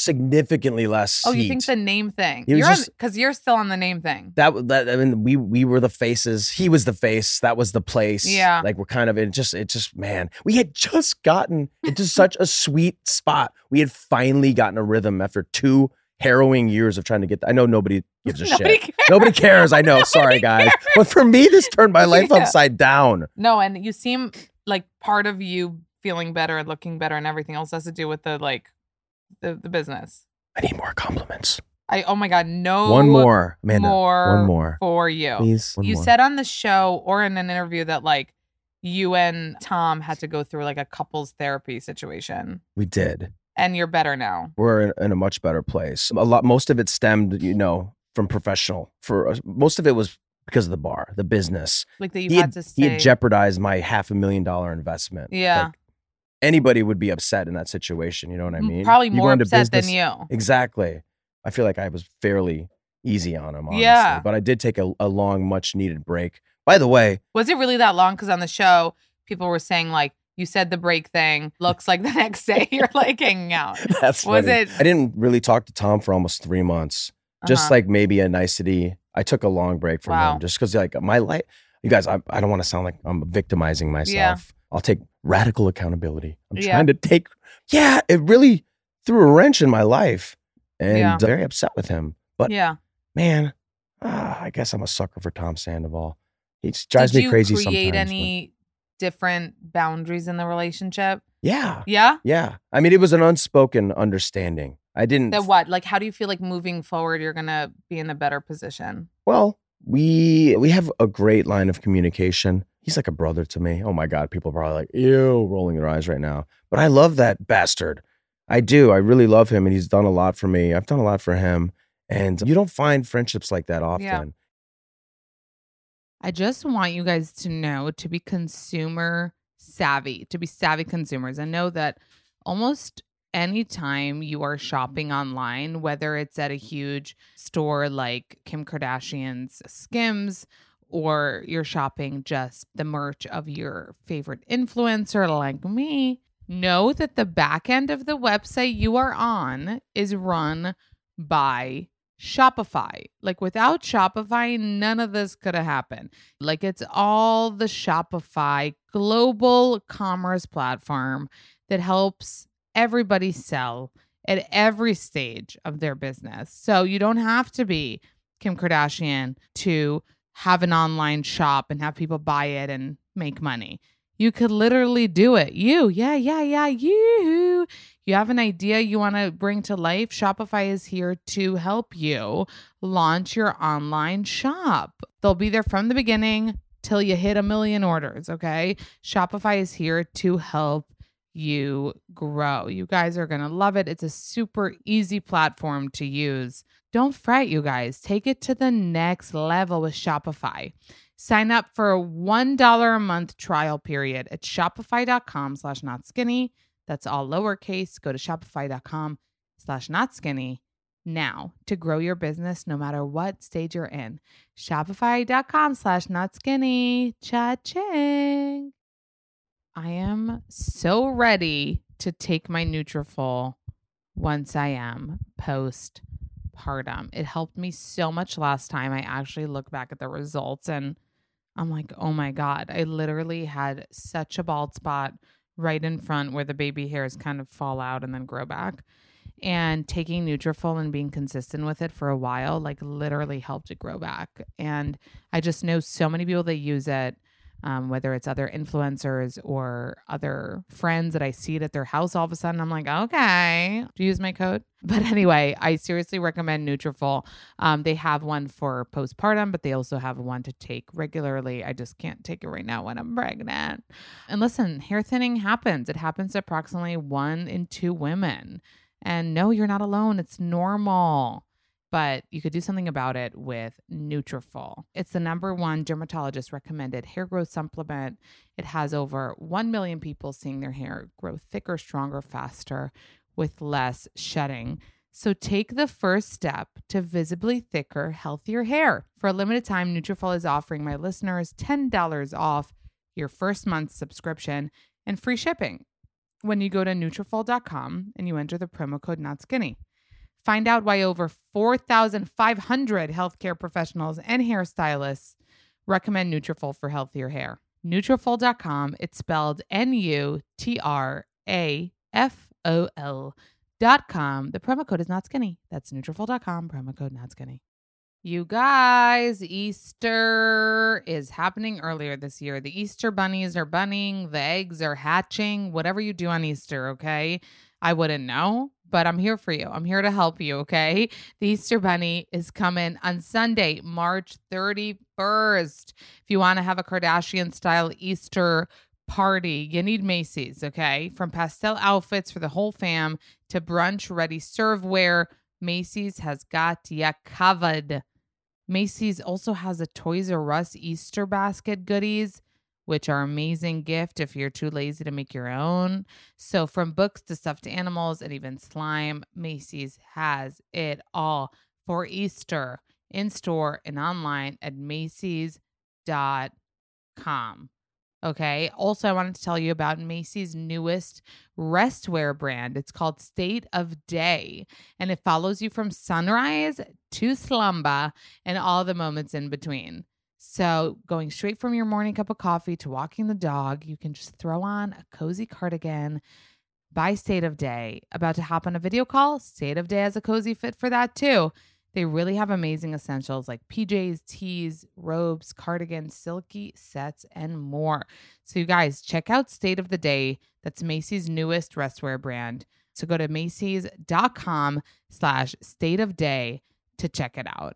S2: significantly less.
S1: Oh, you
S2: heat.
S1: think the name thing?
S2: It was
S1: You're on
S2: just-
S1: because you're still on the name thing.
S2: that w- that I mean we we were the faces. He was the face. That was the place.
S1: Yeah.
S2: Like we're kind of it just it just man, we had just gotten into such a sweet spot. We had finally gotten a rhythm after two harrowing years of trying to get I know nobody gives a
S1: *laughs* Nobody
S2: shit.
S1: cares.
S2: Nobody cares.
S1: *laughs*
S2: I know. Sorry guys. But for me this turned my life
S1: Yeah.
S2: upside down.
S1: No, and you seem like part of you feeling better and looking better and everything else has to do with the like the, the business.
S2: I need more compliments.
S1: I oh my god, no
S2: one more, Amanda.
S1: more
S2: one more.
S1: for you.
S2: Please. One
S1: you
S2: more.
S1: said on the show or in an interview that like you and Tom had to go through like a couples therapy situation
S2: we did.
S1: and you're better now.
S2: we're in, in a much better place. A lot, most of it stemmed, you know, from professional. For us- most of it was because of the bar, the business.
S1: Like that you
S2: he
S1: had,
S2: had,
S1: to
S2: he
S1: stay.
S2: had jeopardized my half a million dollar investment.
S1: Yeah.
S2: Like, anybody would be upset in that situation. You know what I
S1: m-
S2: mean?
S1: probably
S2: You go
S1: more
S2: into
S1: upset than
S2: business-
S1: you.
S2: Exactly. I feel like I was fairly easy on him. Honestly.
S1: Yeah.
S2: But I did take a, a long, much needed break. By the way, *laughs*
S1: Was it really that long? Because on the show, people were saying like you said the break thing looks like the next day *laughs* you're like hanging out.
S2: that's
S1: Was
S2: funny.
S1: it-
S2: I didn't really talk to Tom for almost three months. just
S1: Uh-huh.
S2: like maybe a nicety. I took a long break from
S1: Wow.
S2: him just because like my life. You guys, I, I don't want to sound like I'm victimizing myself.
S1: Yeah.
S2: I'll take radical accountability. I'm
S1: Yeah.
S2: trying to take. Yeah, it really threw a wrench in my life, and
S1: Yeah.
S2: very upset with him. But
S1: yeah.
S2: man, ah, I guess I'm a sucker for Tom Sandoval. He just drives
S1: Did
S2: me crazy
S1: you create
S2: sometimes. but-
S1: any different boundaries in the relationship?
S2: Yeah,
S1: Yeah.
S2: yeah. I mean, it was an unspoken understanding. I didn't.
S1: That what? Like, how do you feel like moving forward? You're gonna be in a better position.
S2: Well, we we have a great line of communication. He's like a brother to me. Oh my god, people are probably like, ew, rolling their eyes right now. But I love that bastard. I do. I really love him and he's done a lot for me. I've done a lot for him. And you don't find friendships like that often.
S1: Yeah. I just want you guys to know to be consumer savvy, to be savvy consumers. I know that almost anytime you are shopping online, whether it's at a huge store like Kim Kardashian's Skims, or you're shopping just the merch of your favorite influencer like me, know that the back end of the website you are on is run by Shopify. Like without Shopify, none of this could have happened. Like it's all the Shopify global commerce platform that helps everybody sell at every stage of their business. So you don't have to be Kim Kardashian to have an online shop and have people buy it and make money. You could literally do it. You, yeah, yeah, yeah, you. You have an idea you want to bring to life? Shopify is here to help you launch your online shop. They'll be there from the beginning till you hit a million orders, okay? Shopify is here to help you grow. You guys are going to love it. It's a super easy platform to use. Don't fret, you guys. Take it to the next level with Shopify. Sign up for a $1 a month trial period at shopify.com slash not skinny. That's all lowercase. Go to shopify.com slash not skinny now to grow your business no matter what stage you're in. Shopify.com slash not skinny. Cha-ching. I am so ready to take my Nutrafol once I am postpartum. It helped me so much last time. I actually look back at the results and I'm like, oh my God, I literally had such a bald spot right in front where the baby hairs kind of fall out and then grow back. And taking Nutrafol and being consistent with it for a while, like literally helped it grow back. And I just know so many people that use it um, whether it's other influencers or other friends that I see it at their house all of a sudden. I'm like, okay, do you use my code? *laughs* But anyway, I seriously recommend Nutrafol. Um, they have one for postpartum, but they also have one to take regularly. I just can't take it right now when I'm pregnant. And listen, hair thinning happens. It happens to approximately one in two women. And no, you're not alone. It's normal but you could do something about it with Nutrafol. It's the number one dermatologist recommended hair growth supplement. It has over 1 million people seeing their hair grow thicker, stronger, faster with less shedding. So take the first step to visibly thicker, healthier hair. For a limited time, Nutrafol is offering my listeners $10 off your first month's subscription and free shipping when you go to Nutrafol.com and you enter the promo code not skinny. Find out why over 4,500 healthcare professionals and hairstylists recommend Nutrafol for healthier hair. Nutrafol.com. It's spelled N-U-T-R-A-F-O-L dot com. The promo code is not skinny. That's Nutrafol.com. Promo code not skinny. You guys, Easter is happening earlier this year. The Easter bunnies are bunning, the eggs are hatching, whatever you do on Easter, okay? I wouldn't know, but I'm here for you. I'm here to help you, okay? The Easter Bunny is coming on Sunday, March 31st. If you want to have a Kardashian style Easter party, you need Macy's, okay? From pastel outfits for the whole fam to brunch ready serveware, Macy's has got ya covered. Macy's also has a Toys R Us Easter basket goodies which are amazing gift if you're too lazy to make your own. So from books to stuffed animals and even slime, Macy's has it all for Easter in store and online at macy's.com. Okay. Also, I wanted to tell you about Macy's newest restwear brand. It's called State of Day, and it follows you from sunrise to slumber and all the moments in between. So, going straight from your morning cup of coffee to walking the dog, you can just throw on a cozy cardigan by State of Day. About to hop on a video call? State of Day has a cozy fit for that too. They really have amazing essentials like PJs, tees, robes, cardigans, silky sets, and more. So, you guys, check out State of the Day. That's Macy's newest restwear brand. So, go to macy's.com slash state of day to check it out.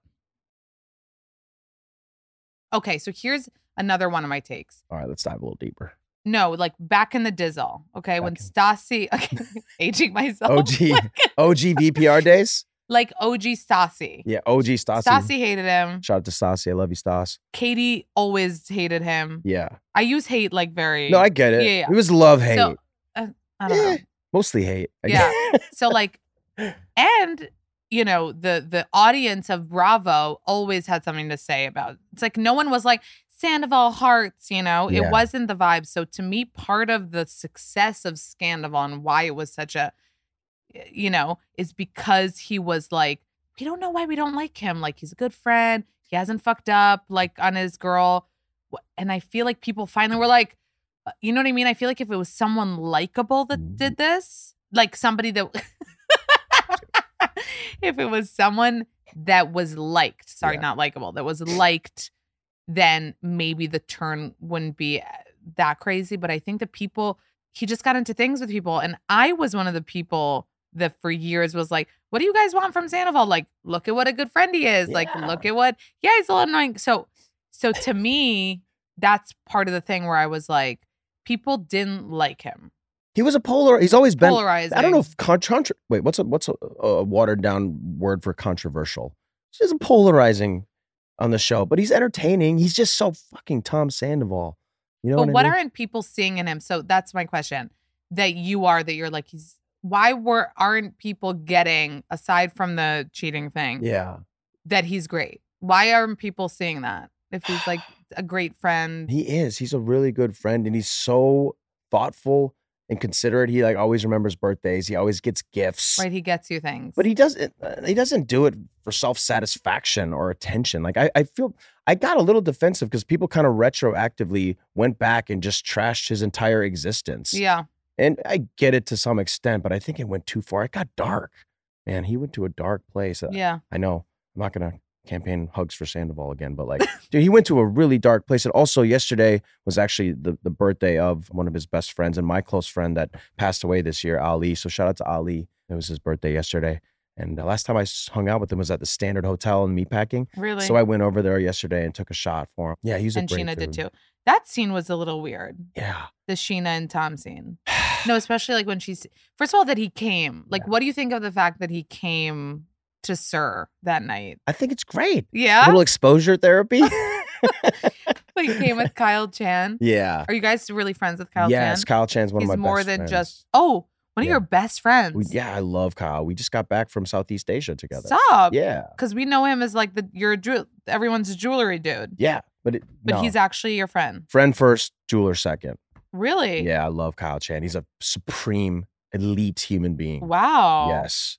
S5: Okay, so here's another one of my takes.
S2: All right, let's dive a little deeper.
S5: No, like back in the Dizzle, okay, when
S2: Back in-
S5: Stassi, *laughs* okay, aging myself.
S2: OG.
S5: *laughs* Like,
S2: OG VPR days?
S5: like OG Stassi.
S2: Yeah, OG Stassi.
S5: Stassi hated him.
S2: Shout out to Stassi. I love you, Stas.
S5: Katie always hated him.
S2: Yeah.
S5: I use hate like very.
S2: No, I get it.
S5: Yeah, yeah.
S2: It was love hate.
S5: So, uh, I don't know.
S2: Eh, Mostly hate. I
S5: Yeah.
S2: guess. *laughs*
S5: So like, and you know the the audience of Bravo always had something to say about. It's like no one was like Sandoval hearts. You know,
S2: Yeah.
S5: it wasn't the vibe. So to me, part of the success of Scandival and why it was such a, you know, is because he was like, we don't know why we don't like him. Like he's a good friend. He hasn't fucked up like on his girl. Wh- And I feel like people finally were like, uh, you know what I mean? I feel like if it was someone likable that did this, like somebody that, *laughs* if it was someone that was liked, sorry,
S2: Yeah.
S5: not likable, that was liked, then maybe the turn wouldn't be eh, that crazy. But I think the people, he just got into things with people. And I was one of the people that for years was like, what do you guys want from Sandoval? Like, look at what a good friend he is. Like,
S2: Yeah.
S5: look at what, yeah, he's a little annoying. So, so to me, that's part of the thing where I was like, people didn't like him.
S2: He was a polar. He's always been.
S5: Polarized.
S2: I don't know if con- contra- Wait, what's a what's a, a watered down word for controversial? She's a polarizing on the show, but he's entertaining. He's just so fucking Tom Sandoval. You know
S1: but
S2: what,
S1: what
S2: I mean?
S1: aren't people seeing in him? So that's my question. That you are that you're like he's why were aren't people getting aside from the cheating thing
S2: yeah,
S1: *laughs* that he's great? Why aren't people seeing that if he's
S2: *sighs*
S1: like a great friend?
S2: he is. He's a really good friend, and he's so thoughtful and considerate. He like always remembers birthdays. He always gets gifts.
S1: right, he gets you things.
S2: But he doesn't. uh, He doesn't do it for self satisfaction or attention. Like I, I feel I got a little defensive because people kind of retroactively went back and just trashed his entire existence.
S1: yeah,
S2: And I get it to some extent, but I think it went too far. It got dark. Man, he went to a dark place. Uh,
S1: yeah.
S2: I know. I'm not gonna campaign hugs for Sandoval again,
S1: *laughs*
S2: but like, dude, he went to a really dark place. And also, yesterday was actually the the birthday of one of his best friends and my close friend that passed away this year, Ali. So shout out to Ali. It was his birthday yesterday. And the last time I s- hung out with him was at the Standard Hotel in Meatpacking.
S1: Really.
S2: So I went over there yesterday and took a shot for him. Yeah, he's a
S1: and
S2: great
S1: Sheena did too.
S2: dude.
S1: That scene was a little weird.
S2: Yeah.
S1: The Sheena and Tom scene.
S2: *sighs*
S1: No, especially like when she's first of all that he came. Like, what do you think of the fact that he came to Sir that night?
S2: I think it's great.
S1: Yeah,
S2: little
S1: *laughs*
S2: exposure therapy.
S1: like came
S2: *laughs*
S1: with Kyle Chan.
S2: yeah.
S1: Are you guys really friends with Kyle
S2: yes,
S1: Chan?
S2: Kyle Chan's one
S1: He's
S2: of my
S1: more
S2: best
S1: than
S2: friends.
S1: just oh, one of
S2: Yeah.
S1: your best friends.
S2: We- yeah, I love Kyle. We just got back from Southeast Asia together.
S1: Stop.
S2: Yeah,
S1: Because we know him as like the you're a jew- everyone's jewelry dude,
S2: yeah, but it,
S1: but
S2: no.
S1: he's actually your friend.
S2: friend first, jeweler second.
S1: Really?
S2: Yeah, I love Kyle Chan. He's a supreme, elite human being.
S1: Wow.
S2: Yes.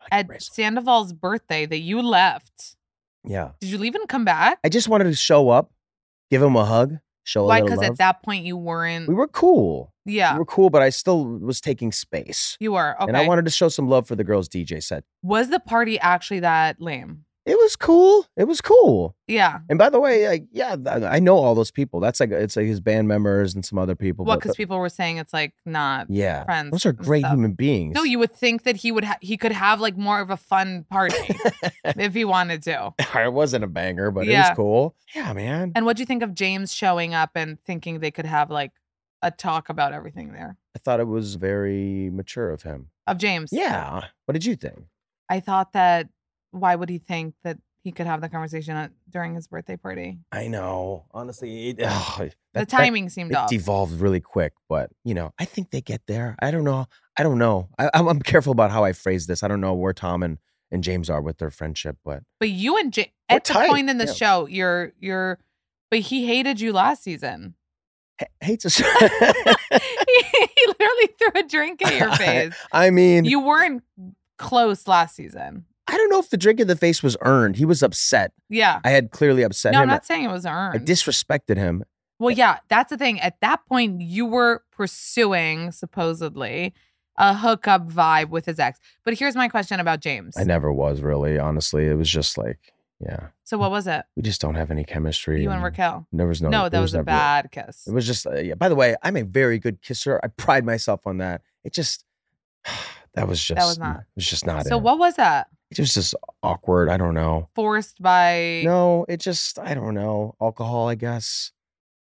S2: I can
S1: At
S2: raise-
S1: Sandoval's birthday that you left.
S2: yeah,
S1: Did you leave and come back?
S2: I just wanted to show up, give him a hug, show
S1: Why?
S2: a little
S1: Because
S2: love.
S1: at that point you weren't.
S2: we were cool.
S1: yeah,
S2: We were cool, but I still was taking space,
S1: you were. Okay.
S2: and I wanted to show some love for the girls' DJ set.
S1: was the party actually that lame?
S2: It was cool. It was cool.
S1: Yeah.
S2: And by the way, like, yeah, th- I know all those people. That's like it's like his band members and some other people.
S1: What?
S2: but-
S1: Because people were saying it's like not.
S2: yeah,
S1: friends
S2: those are
S1: and
S2: great
S1: stuff.
S2: human beings.
S1: No,
S2: *laughs*
S1: you would think that he would ha- he could have like more of a fun
S2: *laughs*
S1: party if he wanted to.
S2: it wasn't a banger, but it
S1: Yeah.
S2: was cool. Yeah, man.
S1: And what do you think of James showing up and thinking they could have like a talk about everything there?
S2: I thought it was very mature of him.
S1: Of James.
S2: Yeah. What did you think?
S1: I thought that why would he think that he could have the conversation at, during his birthday party?
S2: I know. Honestly, it, ugh,
S1: The
S2: that- that-
S1: timing seemed
S2: it
S1: off.
S2: devolved really quick, but you know, I think they get there. I don't know. I don't know. I, I'm, I'm careful about how I phrase this. I don't know where Tom and, and James are with their friendship, but
S1: but you and James
S2: We're
S1: at the
S2: tight,
S1: point in the
S2: yeah.
S1: show, you're you're but he hated you last
S2: *laughs*
S1: season. *laughs*
S2: h- hates us.
S1: he, he literally threw a drink at your face.
S2: *laughs* I mean,
S1: you weren't close last season.
S2: I don't know if the drink in the face was earned. He was upset.
S1: Yeah.
S2: I had clearly upset
S1: no, I'm
S2: him.
S1: not saying it was
S2: I
S1: earned.
S2: disrespected him.
S1: Well, yeah, that's the thing. At that point, you were pursuing supposedly a hookup vibe with his ex. But here's my question about James.
S2: I never was really, honestly. It was just like, yeah,
S1: So what was it?
S2: we just don't have any chemistry.
S1: You and Raquel?
S2: There was no.
S1: No, that
S2: there
S1: was, a
S2: never-
S1: bad kiss.
S2: It was just. Uh, yeah. By the way, I'm a very good kisser. I pride myself on that. It just. *sighs* That was just.
S1: That was not-
S2: It was just not.
S1: so
S2: it.
S1: what was that?
S2: It was just awkward. I don't know.
S1: Forced by
S2: No, it just. I don't know. Alcohol, I guess.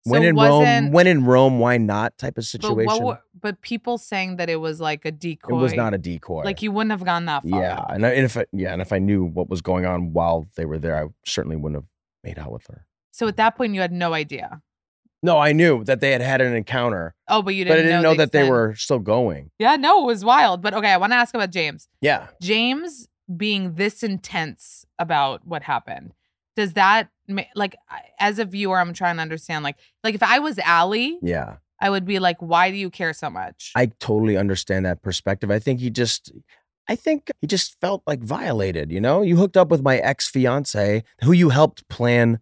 S1: So
S2: when
S1: it
S2: in Rome,
S1: wasn't-
S2: when in Rome, why not? Type of
S1: but
S2: situation.
S1: what were, but people saying that it was like a decoy.
S2: it was not a decoy.
S1: like you wouldn't have gone that far.
S2: Yeah, and, I, and if I, yeah, and if I knew what was going on while they were there, I certainly wouldn't have made out with her.
S1: So at that point you had no idea.
S2: No, I knew that they had had an encounter,
S1: Oh, but you
S2: but
S1: didn't
S2: I didn't
S1: know,
S2: know
S1: the
S2: that they
S1: extent.
S2: were still going.
S1: Yeah, no, it was wild. But okay, I want to ask about James.
S2: Yeah,
S1: James being this intense about what happened, does that ma- like I- as a viewer? I'm trying to understand. Like, like if I was Allie,
S2: yeah,
S1: I would be like, "Why do you care so much?"
S2: I totally understand that perspective. I think he just, I think he just felt like violated. You know, you hooked up with my ex fiance, who you helped plan,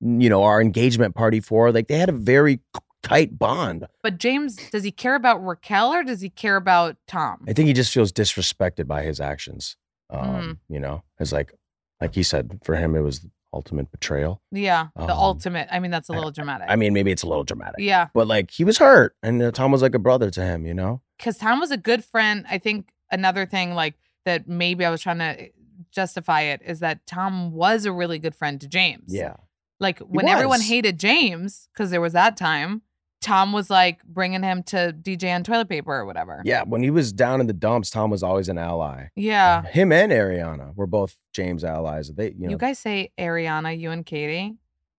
S2: you know, our engagement party for. Like they had a very tight bond.
S1: but James, does he care about Raquel or does he care about Tom?
S2: I think he just feels disrespected by his actions.
S1: Hmm.
S2: Um, You know, it's like, like he said, for him, it was ultimate betrayal.
S1: yeah, the
S2: Um,
S1: ultimate. I mean, that's a
S2: I-
S1: little dramatic.
S2: I mean, maybe it's a little dramatic,
S1: yeah,
S2: but like he was hurt, and uh, Tom was like a brother to him. You know,
S1: because Tom was a good friend. I think another thing like that maybe I was trying to justify it is that Tom was a really good friend to James.
S2: yeah,
S1: Like when everyone
S2: was.
S1: hated James, because there was that time, Tom was like bringing him to DJ on toilet paper or whatever.
S2: Yeah, when he was down in the dumps, Tom was always an ally.
S1: Yeah.
S2: Him and Ariana were both James allies. They, you know,
S1: You guys say Ariana, you and Katie.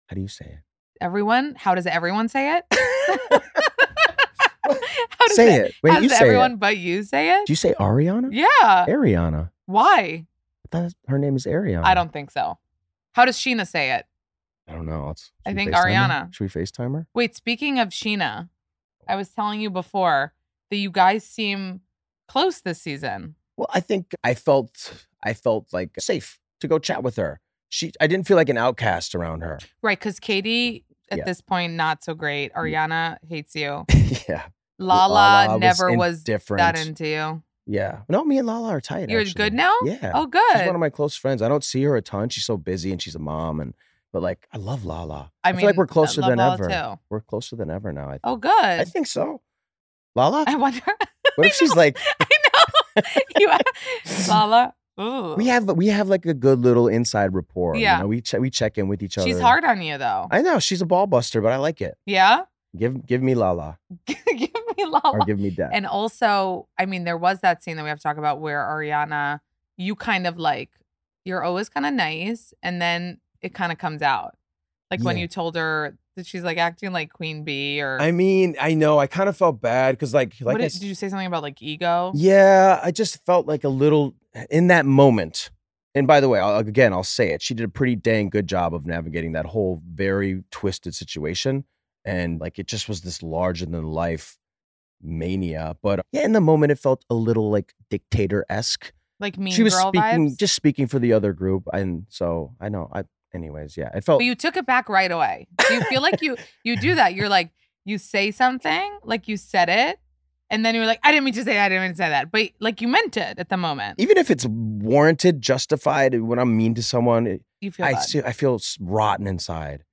S2: how do you say
S1: Everyone, how does everyone
S2: *laughs*
S1: say it?
S2: it?
S1: how does
S2: say it.
S1: how
S2: Wait, you
S1: does
S2: say
S1: everyone
S2: it.
S1: but you say it?
S2: Do you say Ariana?
S1: yeah.
S2: Ariana.
S1: Why?
S2: I thought her name is Ariana.
S1: I don't think so. How does Sheena say it?
S2: I don't know. Let's-
S1: I
S2: should we
S1: think
S2: FaceTime her?
S1: Ariana.
S2: Should we FaceTime her?
S1: Wait, speaking of Sheena, I was telling you before that you guys seem close this season.
S2: Well, I think I felt I felt like safe to go chat with her. She, I didn't feel like an outcast
S1: *laughs*
S2: around her.
S1: Right, because Katie at
S2: Yeah.
S1: this point not so great. Ariana hates you.
S2: yeah,
S1: Lala, never was
S2: different.
S1: that into you.
S2: yeah, no, me and Lala are tight.
S1: You're
S2: actually.
S1: good now?
S2: Yeah,
S1: Oh
S2: she's one
S1: good.
S2: of my close friends. I don't see her a ton. She's so busy and she's a mom, and but like I love Lala.
S1: I
S2: feel like
S1: mean,
S2: we're
S1: I
S2: closer
S1: love
S2: than
S1: Lala
S2: ever.
S1: too.
S2: We're closer than ever now. I,
S1: Oh
S2: I
S1: good.
S2: think so. Lala,
S1: *laughs* I wonder *laughs*
S2: what if she's
S1: know.
S2: like
S1: I know. you
S2: *laughs*
S1: Lala. Ooh.
S2: we have we have like a good little inside rapport. you
S1: Yeah.
S2: know? we che- we check in with each other.
S1: She's hard on you though.
S2: I know she's a ball buster, but I like it.
S1: yeah?
S2: Give give
S1: *laughs*
S2: me Lala
S1: Give me Lala.
S2: or give me death.
S1: And also, I mean, there was that scene that we have to talk about where Ariana, you kind of like, you're always kind of nice, and then it kind of comes out. Like when
S2: Yeah.
S1: you told her that she's like acting like Queen Bee, or
S2: I mean, I know I kind of felt bad because like
S1: what
S2: like I
S1: did,
S2: s-
S1: did you say something about like ego?
S2: yeah, I just felt like a little in that moment. And by the way, I'll, again, I'll say it. She did a pretty dang good job of navigating that whole very twisted situation, and like it just was this larger than life mania. But uh, yeah, in the moment, it felt a little like dictator esque.
S1: Like mean
S2: She was
S1: girl
S2: speaking,
S1: vibes?
S2: just speaking for the other group, and so I know. I anyways, yeah, it felt.
S1: but you took it back right away. Do you feel like you you do that? You're like you say something, like you said it, and then you're like, I didn't mean to say that. I didn't mean to say that, but like you meant it at the moment.
S2: even if it's warranted, justified, when I'm mean to someone, it,
S1: You feel
S2: I
S1: bad.
S2: see, I feel s- rotten inside.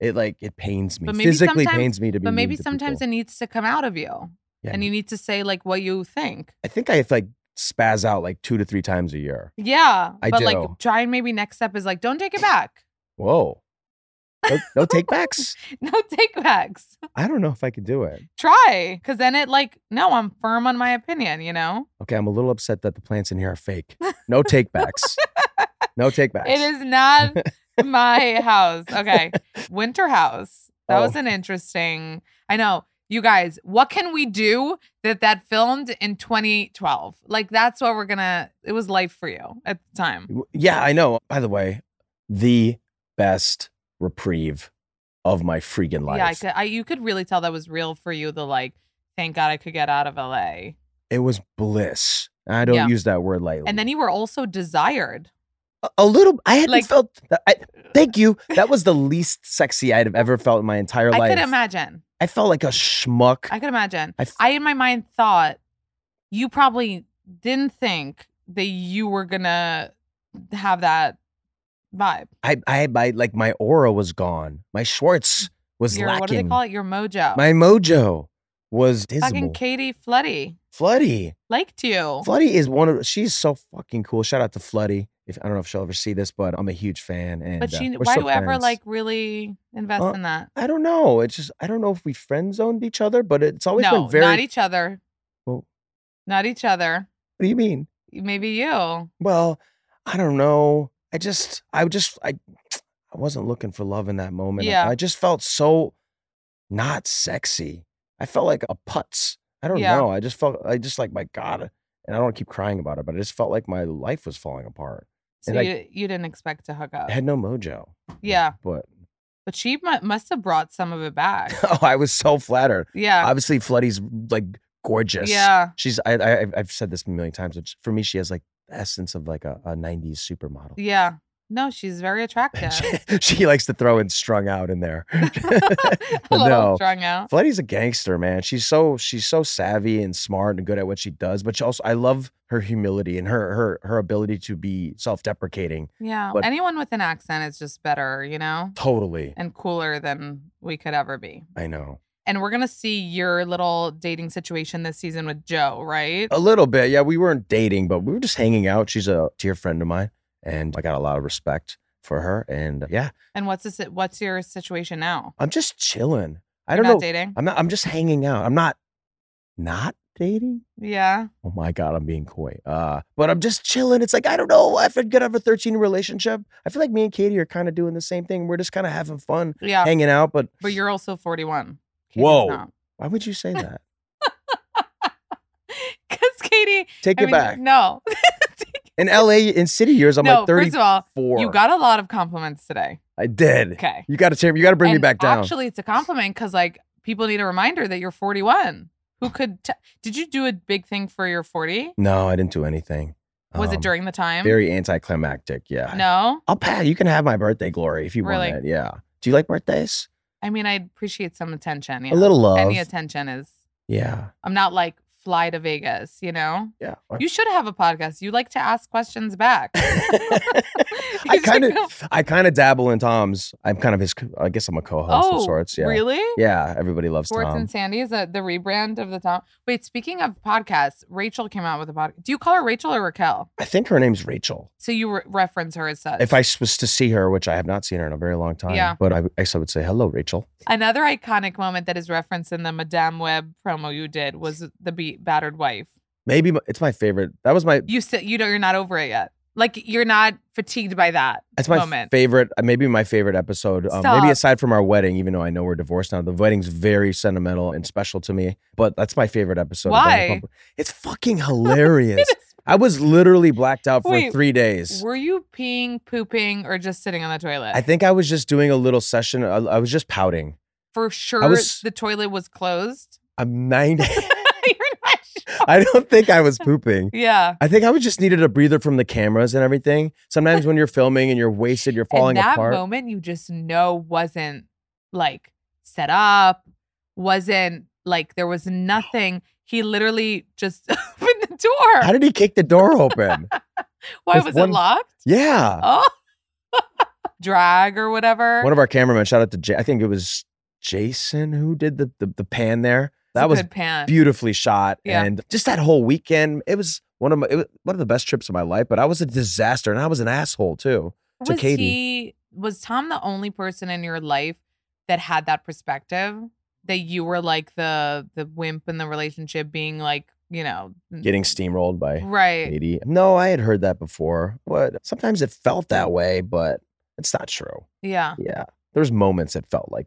S2: It like it pains me.
S1: But maybe
S2: Physically
S1: sometimes-
S2: pains me to be.
S1: but maybe
S2: mean to
S1: sometimes
S2: people.
S1: it needs to come out of you
S2: Yeah,
S1: and you need to say like what you think
S2: I think I have to, like spaz out like two to three times a year.
S1: yeah
S2: I
S1: but
S2: do.
S1: like try and maybe next step is like don't take it back *laughs*
S2: Whoa, no, no take backs.
S1: no take backs
S2: I don't know if I could do it.
S1: try because then it like no i'm firm on my opinion you know
S2: Okay, I'm a little upset that the plants in here are fake.
S1: *laughs*
S2: No take backs. no take backs.
S1: it is not
S2: *laughs*
S1: my house okay winter house that was
S2: Oh.
S1: an interesting i know you guys what can we do that that filmed in 2012 like that's what we're gonna it was life for you at the time
S2: Yeah, I know. By the way, the best reprieve of my freaking life.
S1: Yeah, I could, I, you could really tell that was real for you. The like, thank God I could get out of LA.
S2: It was bliss. I don't
S1: Yeah.
S2: use that word lightly.
S1: And then you were also desired.
S2: a, a little. I hadn't
S1: Like-
S2: felt. That,
S1: *laughs*
S2: I, thank you. That was the least sexy I'd have ever felt in my entire
S1: I
S2: life.
S1: could imagine.
S2: I felt like a schmuck.
S1: I could imagine.
S2: I f-
S1: I in my mind thought you probably didn't think that you were gonna have that vibe.
S2: I, I, my like my aura was gone. My Schwartz was
S1: Mm, Your
S2: lacking.
S1: what do they call it? Your mojo.
S2: My mojo was dismal.
S1: fucking Katie Floody
S2: Floody.
S1: liked you.
S2: Floody is one of. She's so fucking cool. Shout out to Floody. If I don't know if she'll ever see this, but I'm a huge fan. And
S1: but
S2: uh,
S1: she,
S2: we're
S1: why
S2: still
S1: do I ever
S2: friends.
S1: like really invest
S2: Uh,
S1: in that?
S2: I don't know. It's just I don't know if we friend zoned each other, but it's always
S1: No,
S2: been very.
S1: not e each other.
S2: Well-
S1: Not each other.
S2: what do you mean?
S1: Maybe you.
S2: Well, I don't know. I just, I just, I, I wasn't looking for love in that moment.
S1: Yeah.
S2: I just felt so not sexy. I felt like a putz. I don't
S1: Yeah.
S2: know. I just felt, I just like, my God. And I don't wanna keep crying about it, but I just felt like my life was falling apart.
S1: So
S2: And, like-
S1: you, you didn't expect to hook up.
S2: I had no mojo.
S1: yeah.
S2: But, *laughs*
S1: But she mu- must have brought some of it back.
S2: oh, I was so flattered.
S1: Yeah.
S2: Obviously, Floody's like gorgeous.
S1: Yeah.
S2: She's, I, I, I've- I've said this a million times, but for me, she has like the essence of like a, a 90s supermodel.
S1: Yeah. No, she's
S2: *laughs*
S1: very attractive.
S2: she, she likes to throw in strung out in
S1: *laughs*
S2: there. *laughs*
S1: a little
S2: no.
S1: strung out.
S2: Flutty's a gangster, man. She's so she's so savvy and smart and good at what she does, but she also I love her humility and her her her ability to be self-deprecating.
S1: Yeah.
S2: But-
S1: Anyone with an accent is just better, you know,
S2: Totally.
S1: and cooler than we could ever be.
S2: I know.
S1: And we're going to see your little dating situation this season with Joe, right?
S2: A little bit. Yeah, we weren't dating, but we were just hanging out. She's a dear friend of mine and I got a lot of respect for her and uh, yeah,
S1: And what's this, what's your situation now?
S2: I'm just chilling. I don't
S1: not
S2: know.
S1: dating.
S2: I'm not. I'm just hanging out. I'm not not dating.
S1: Yeah.
S2: Oh my god, I'm being coy. Uh, but I'm just chilling. It's like I don't know. I've good have a 13 relationship. I feel like me and Katie are kind of doing the same thing. We're just kind of having fun,
S1: Yeah.
S2: hanging out. But
S1: But you're also 41. Katie's
S2: Whoa.
S1: not. *laughs*
S2: why would you say that?
S1: Cuz Katie,
S2: Take
S1: I
S2: it
S1: mean,
S2: back.
S1: no.
S2: In LA, in city years, I'm
S1: no,
S2: like 34.
S1: first of all, you got a lot of compliments today.
S2: I did.
S1: Okay.
S2: You got to tear. You got to bring me
S1: And
S2: back down.
S1: Actually, it's a compliment cuz like people need a reminder that you're 41. Who could t- Did you do a big thing for your 40?
S2: no, I didn't do anything.
S1: Was
S2: Um,
S1: it during the time?
S2: Very anticlimactic. Yeah.
S1: no.
S2: I'll pass. You can have my birthday glory if you
S1: Really?
S2: want it. Yeah. Do you like birthdays?
S1: I mean, I appreciate some attention. Yeah.
S2: A little love.
S1: Any attention is
S2: yeah.
S1: I'm not like fly to Vegas, you know?
S2: Yeah.
S1: You should have a podcast. You like to ask questions back.
S2: *laughs*
S1: *laughs*
S2: I kind of, I kind of dabble in Tom's. I'm kind of his. co- I guess I'm a co-host
S1: Oh,
S2: of sorts. Yeah. um,
S1: Really?
S2: Yeah. Everybody loves
S1: Sports
S2: Tom.
S1: and Sandy is that the rebrand of the Tom. Wait, speaking of podcasts, Rachel came out with a podcast. Do you call her Rachel or Raquel?
S2: I think her name's Rachel.
S1: So you re- reference her as such.
S2: If I was to see her, which I have not seen her in a very long time,
S1: Yeah.
S2: but I, I would say hello, Rachel.
S1: Another iconic moment that is referenced in the Madame Web promo you did was the beat battered wife.
S2: Maybe my, it's my favorite. That was my.
S1: You still you don't you're not over it yet. Like you're not fatigued by that.
S2: That's my
S1: moment.
S2: favorite. uh, Maybe my favorite episode. Um,
S1: Stop.
S2: maybe aside from our wedding, even though I know we're divorced now, the wedding's very sentimental and special to me. But that's my favorite episode. of Bang
S1: Why?
S2: Bang Bumper.
S1: *laughs*
S2: It's fucking hilarious.
S1: It is-
S2: I was literally blacked out for
S1: Wait,
S2: three days.
S1: Were you peeing, pooping, or just sitting on the toilet?
S2: I think I was just doing a little session. uh, I, I was just pouting.
S1: for sure
S2: was-
S1: the toilet was
S2: *laughs*
S1: closed. *laughs*
S2: I'm 90.
S1: You're not sure.
S2: I don't think I was pooping.
S1: Yeah.
S2: I think I was just needed a breather from the cameras and everything. Sometimes when you're filming and you're
S1: *laughs*
S2: wasted, you're falling
S1: and that
S2: apart.
S1: moment you just know wasn't like set up, wasn't like there was nothing. He literally just *laughs* opened the door.
S2: How did he kick the
S1: *laughs*
S2: door open?
S1: Why
S2: with
S1: was
S2: one-
S1: it locked?
S2: yeah.
S1: Oh. *laughs* Drag or whatever.
S2: One of our cameramen, shout out to J- I think it was Jason who did the the, the pan there.
S1: It's a
S2: That was
S1: good pant.
S2: beautifully shot,
S1: Yeah.
S2: and just that whole weekend, it was one of my it was one of the best trips of my life. But I was a disaster, and I was an asshole too. to
S1: was
S2: Katie.
S1: he was Tom the only person in your life that had that perspective that you were like the the wimp in the relationship being like you know
S2: Getting steamrolled by
S1: Mm. *laughs* right
S2: Katie. No, I had heard that before, but sometimes it felt that way, but it's not true.
S1: yeah
S2: Yeah, there's moments it felt like,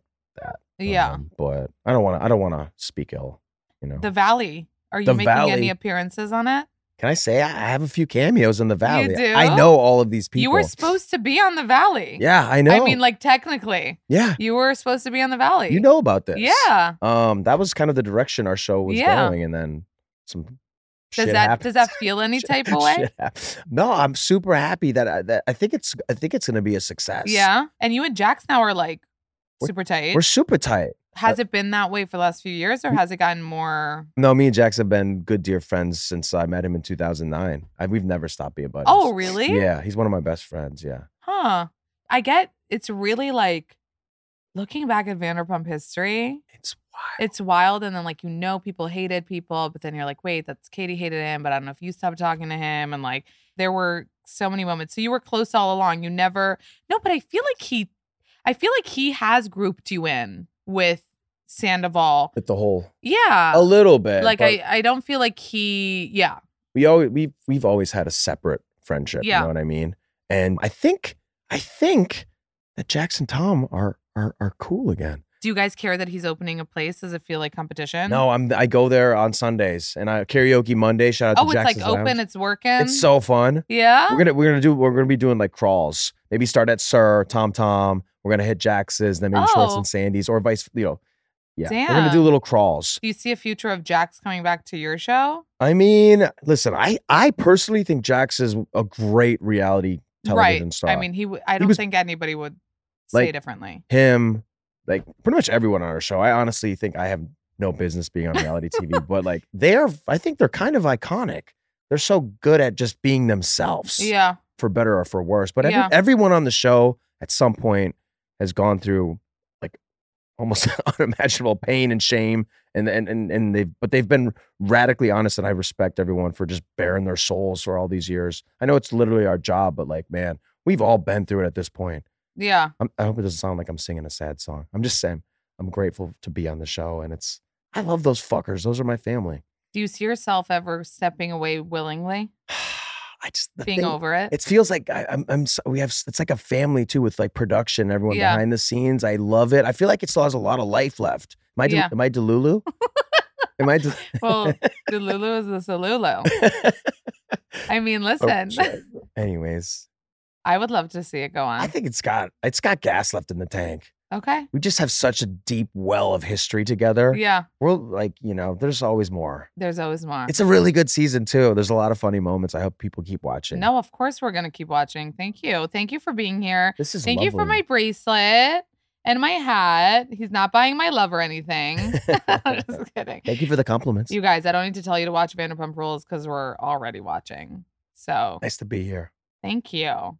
S1: yeah
S2: um, but I don't want to. I don't want to speak ill. You know,
S1: the valley are you
S2: The
S1: making any
S2: Valley.
S1: appearances on it
S2: can I say I I have a few cameos in the valley?
S1: do?
S2: I know all of these people.
S1: you were supposed to be on the valley
S2: Yeah, I know.
S1: I mean like technically
S2: yeah,
S1: you were supposed to be on the valley
S2: you know about this.
S1: yeah
S2: Um, that was kind of the direction our show was
S1: Yeah.
S2: going, and then some.
S1: does
S2: shit
S1: that
S2: happened. *laughs*
S1: does that feel any type of way
S2: Shit happened. No, I'm super happy that I, that I think it's I think it's going to be a success.
S1: yeah and you and Jax now are like
S2: We're-
S1: super tight
S2: we're uh super tight.
S1: has it been that way for the last few years or has it gotten more
S2: No, me and Jax have been good dear friends since I met him in 2009. I, we've never stopped being buddies.
S1: Oh, really?
S2: Yeah, he's one of my best friends. Yeah.
S1: Huh. I get it's really like looking back at Vanderpump history,
S2: It's wild.
S1: it's wild. And then, like, you know, people hated people, but then you're like, wait, that's Katie hated him, but I don't know if you stopped talking to him. And like, there were so many moments. So you were close all along. You never, no, but I feel like he, I feel like he has grouped you in with Sandoval.
S2: With the whole
S1: Yeah.
S2: a little bit.
S1: Uh, like,
S2: but
S1: I, I don't feel like he, yeah.
S2: we always we have we've always had a separate friendship.
S1: Yeah.
S2: You know what I mean? And I think I think that Jax and Tom are are are cool again.
S1: Do you guys care that he's opening a place? Does it feel like competition?
S2: No, I'm I go there on Sundays and I karaoke Monday. Shout out
S1: Oh,
S2: to
S1: it's
S2: Jax's
S1: like open. Oh.
S2: Lounge.
S1: It's working.
S2: It's so fun.
S1: Yeah.
S2: We're gonna we're gonna do we're gonna be doing like crawls. Maybe start at Sir Tom Tom. We're gonna hit Jax's, then maybe Schwartz
S1: Oh.
S2: and Sandy's, or vice. You know, yeah. We're gonna do
S1: Damn.
S2: little crawls.
S1: Do you see a future of Jax coming back to your show?
S2: I mean, listen, I I personally think Jax is a great reality television
S1: right.
S2: star.
S1: I mean, he. W- I don't
S2: was-
S1: think anybody would say
S2: Like-
S1: differently.
S2: him, like pretty much everyone on our show. I honestly think I have no business being on reality
S1: *laughs*
S2: TV, but like they are. I think they're kind of iconic. They're so good at just being themselves.
S1: Yeah.
S2: for better or for worse. But every,
S1: Yeah.
S2: everyone on the show at some point has gone through like almost *laughs* unimaginable pain and shame, and and and and they've but they've been radically honest, and I respect everyone for just bearing their souls for all these years. I know it's literally our job, but like, man, we've all been through it at this point.
S1: Yeah.
S2: I'm, I hope it doesn't sound like I'm singing a sad song. I'm just saying. I'm grateful to be on the show. And it's, I love those fuckers. Those are my family. *sighs*
S1: Do you see yourself ever stepping away willingly,
S2: I just, the
S1: being
S2: thing-
S1: over it?
S2: *laughs* It feels like I, I'm, I'm, so- we have, it's like a family too with like production, everyone
S1: Yeah.
S2: behind the scenes. I love it. I feel like it still has a lot of life left. Am I, De-
S1: Yeah.
S2: am
S1: *laughs*
S2: I Delulu? am I, De-
S1: well, the Lulu is the Salulu.
S2: *laughs*
S1: I mean,
S2: Oh,
S1: listen,
S2: shit. Anyways,
S1: I would love to see it go
S2: I
S1: on.
S2: think it's got, it's got gas left in the tank.
S1: Okay.
S2: We just have such a deep well of history together.
S1: Yeah,
S2: We're like, you know, there's always more.
S1: there's always more.
S2: It's a really good season too. There's a lot of funny moments. I hope people keep watching.
S1: no, of course we're gonna keep watching. Thank you. Thank you for being here.
S2: this is
S1: Thank you for my
S2: lovely.
S1: bracelet and my hat. He's not buying my love or anything. *laughs*
S2: *laughs*
S1: Just kidding.
S2: Thank you for the compliments.
S1: You guys, I don't need to tell you to watch Vanderpump Rules because we're already watching. So
S2: nice to be here.
S1: thank you.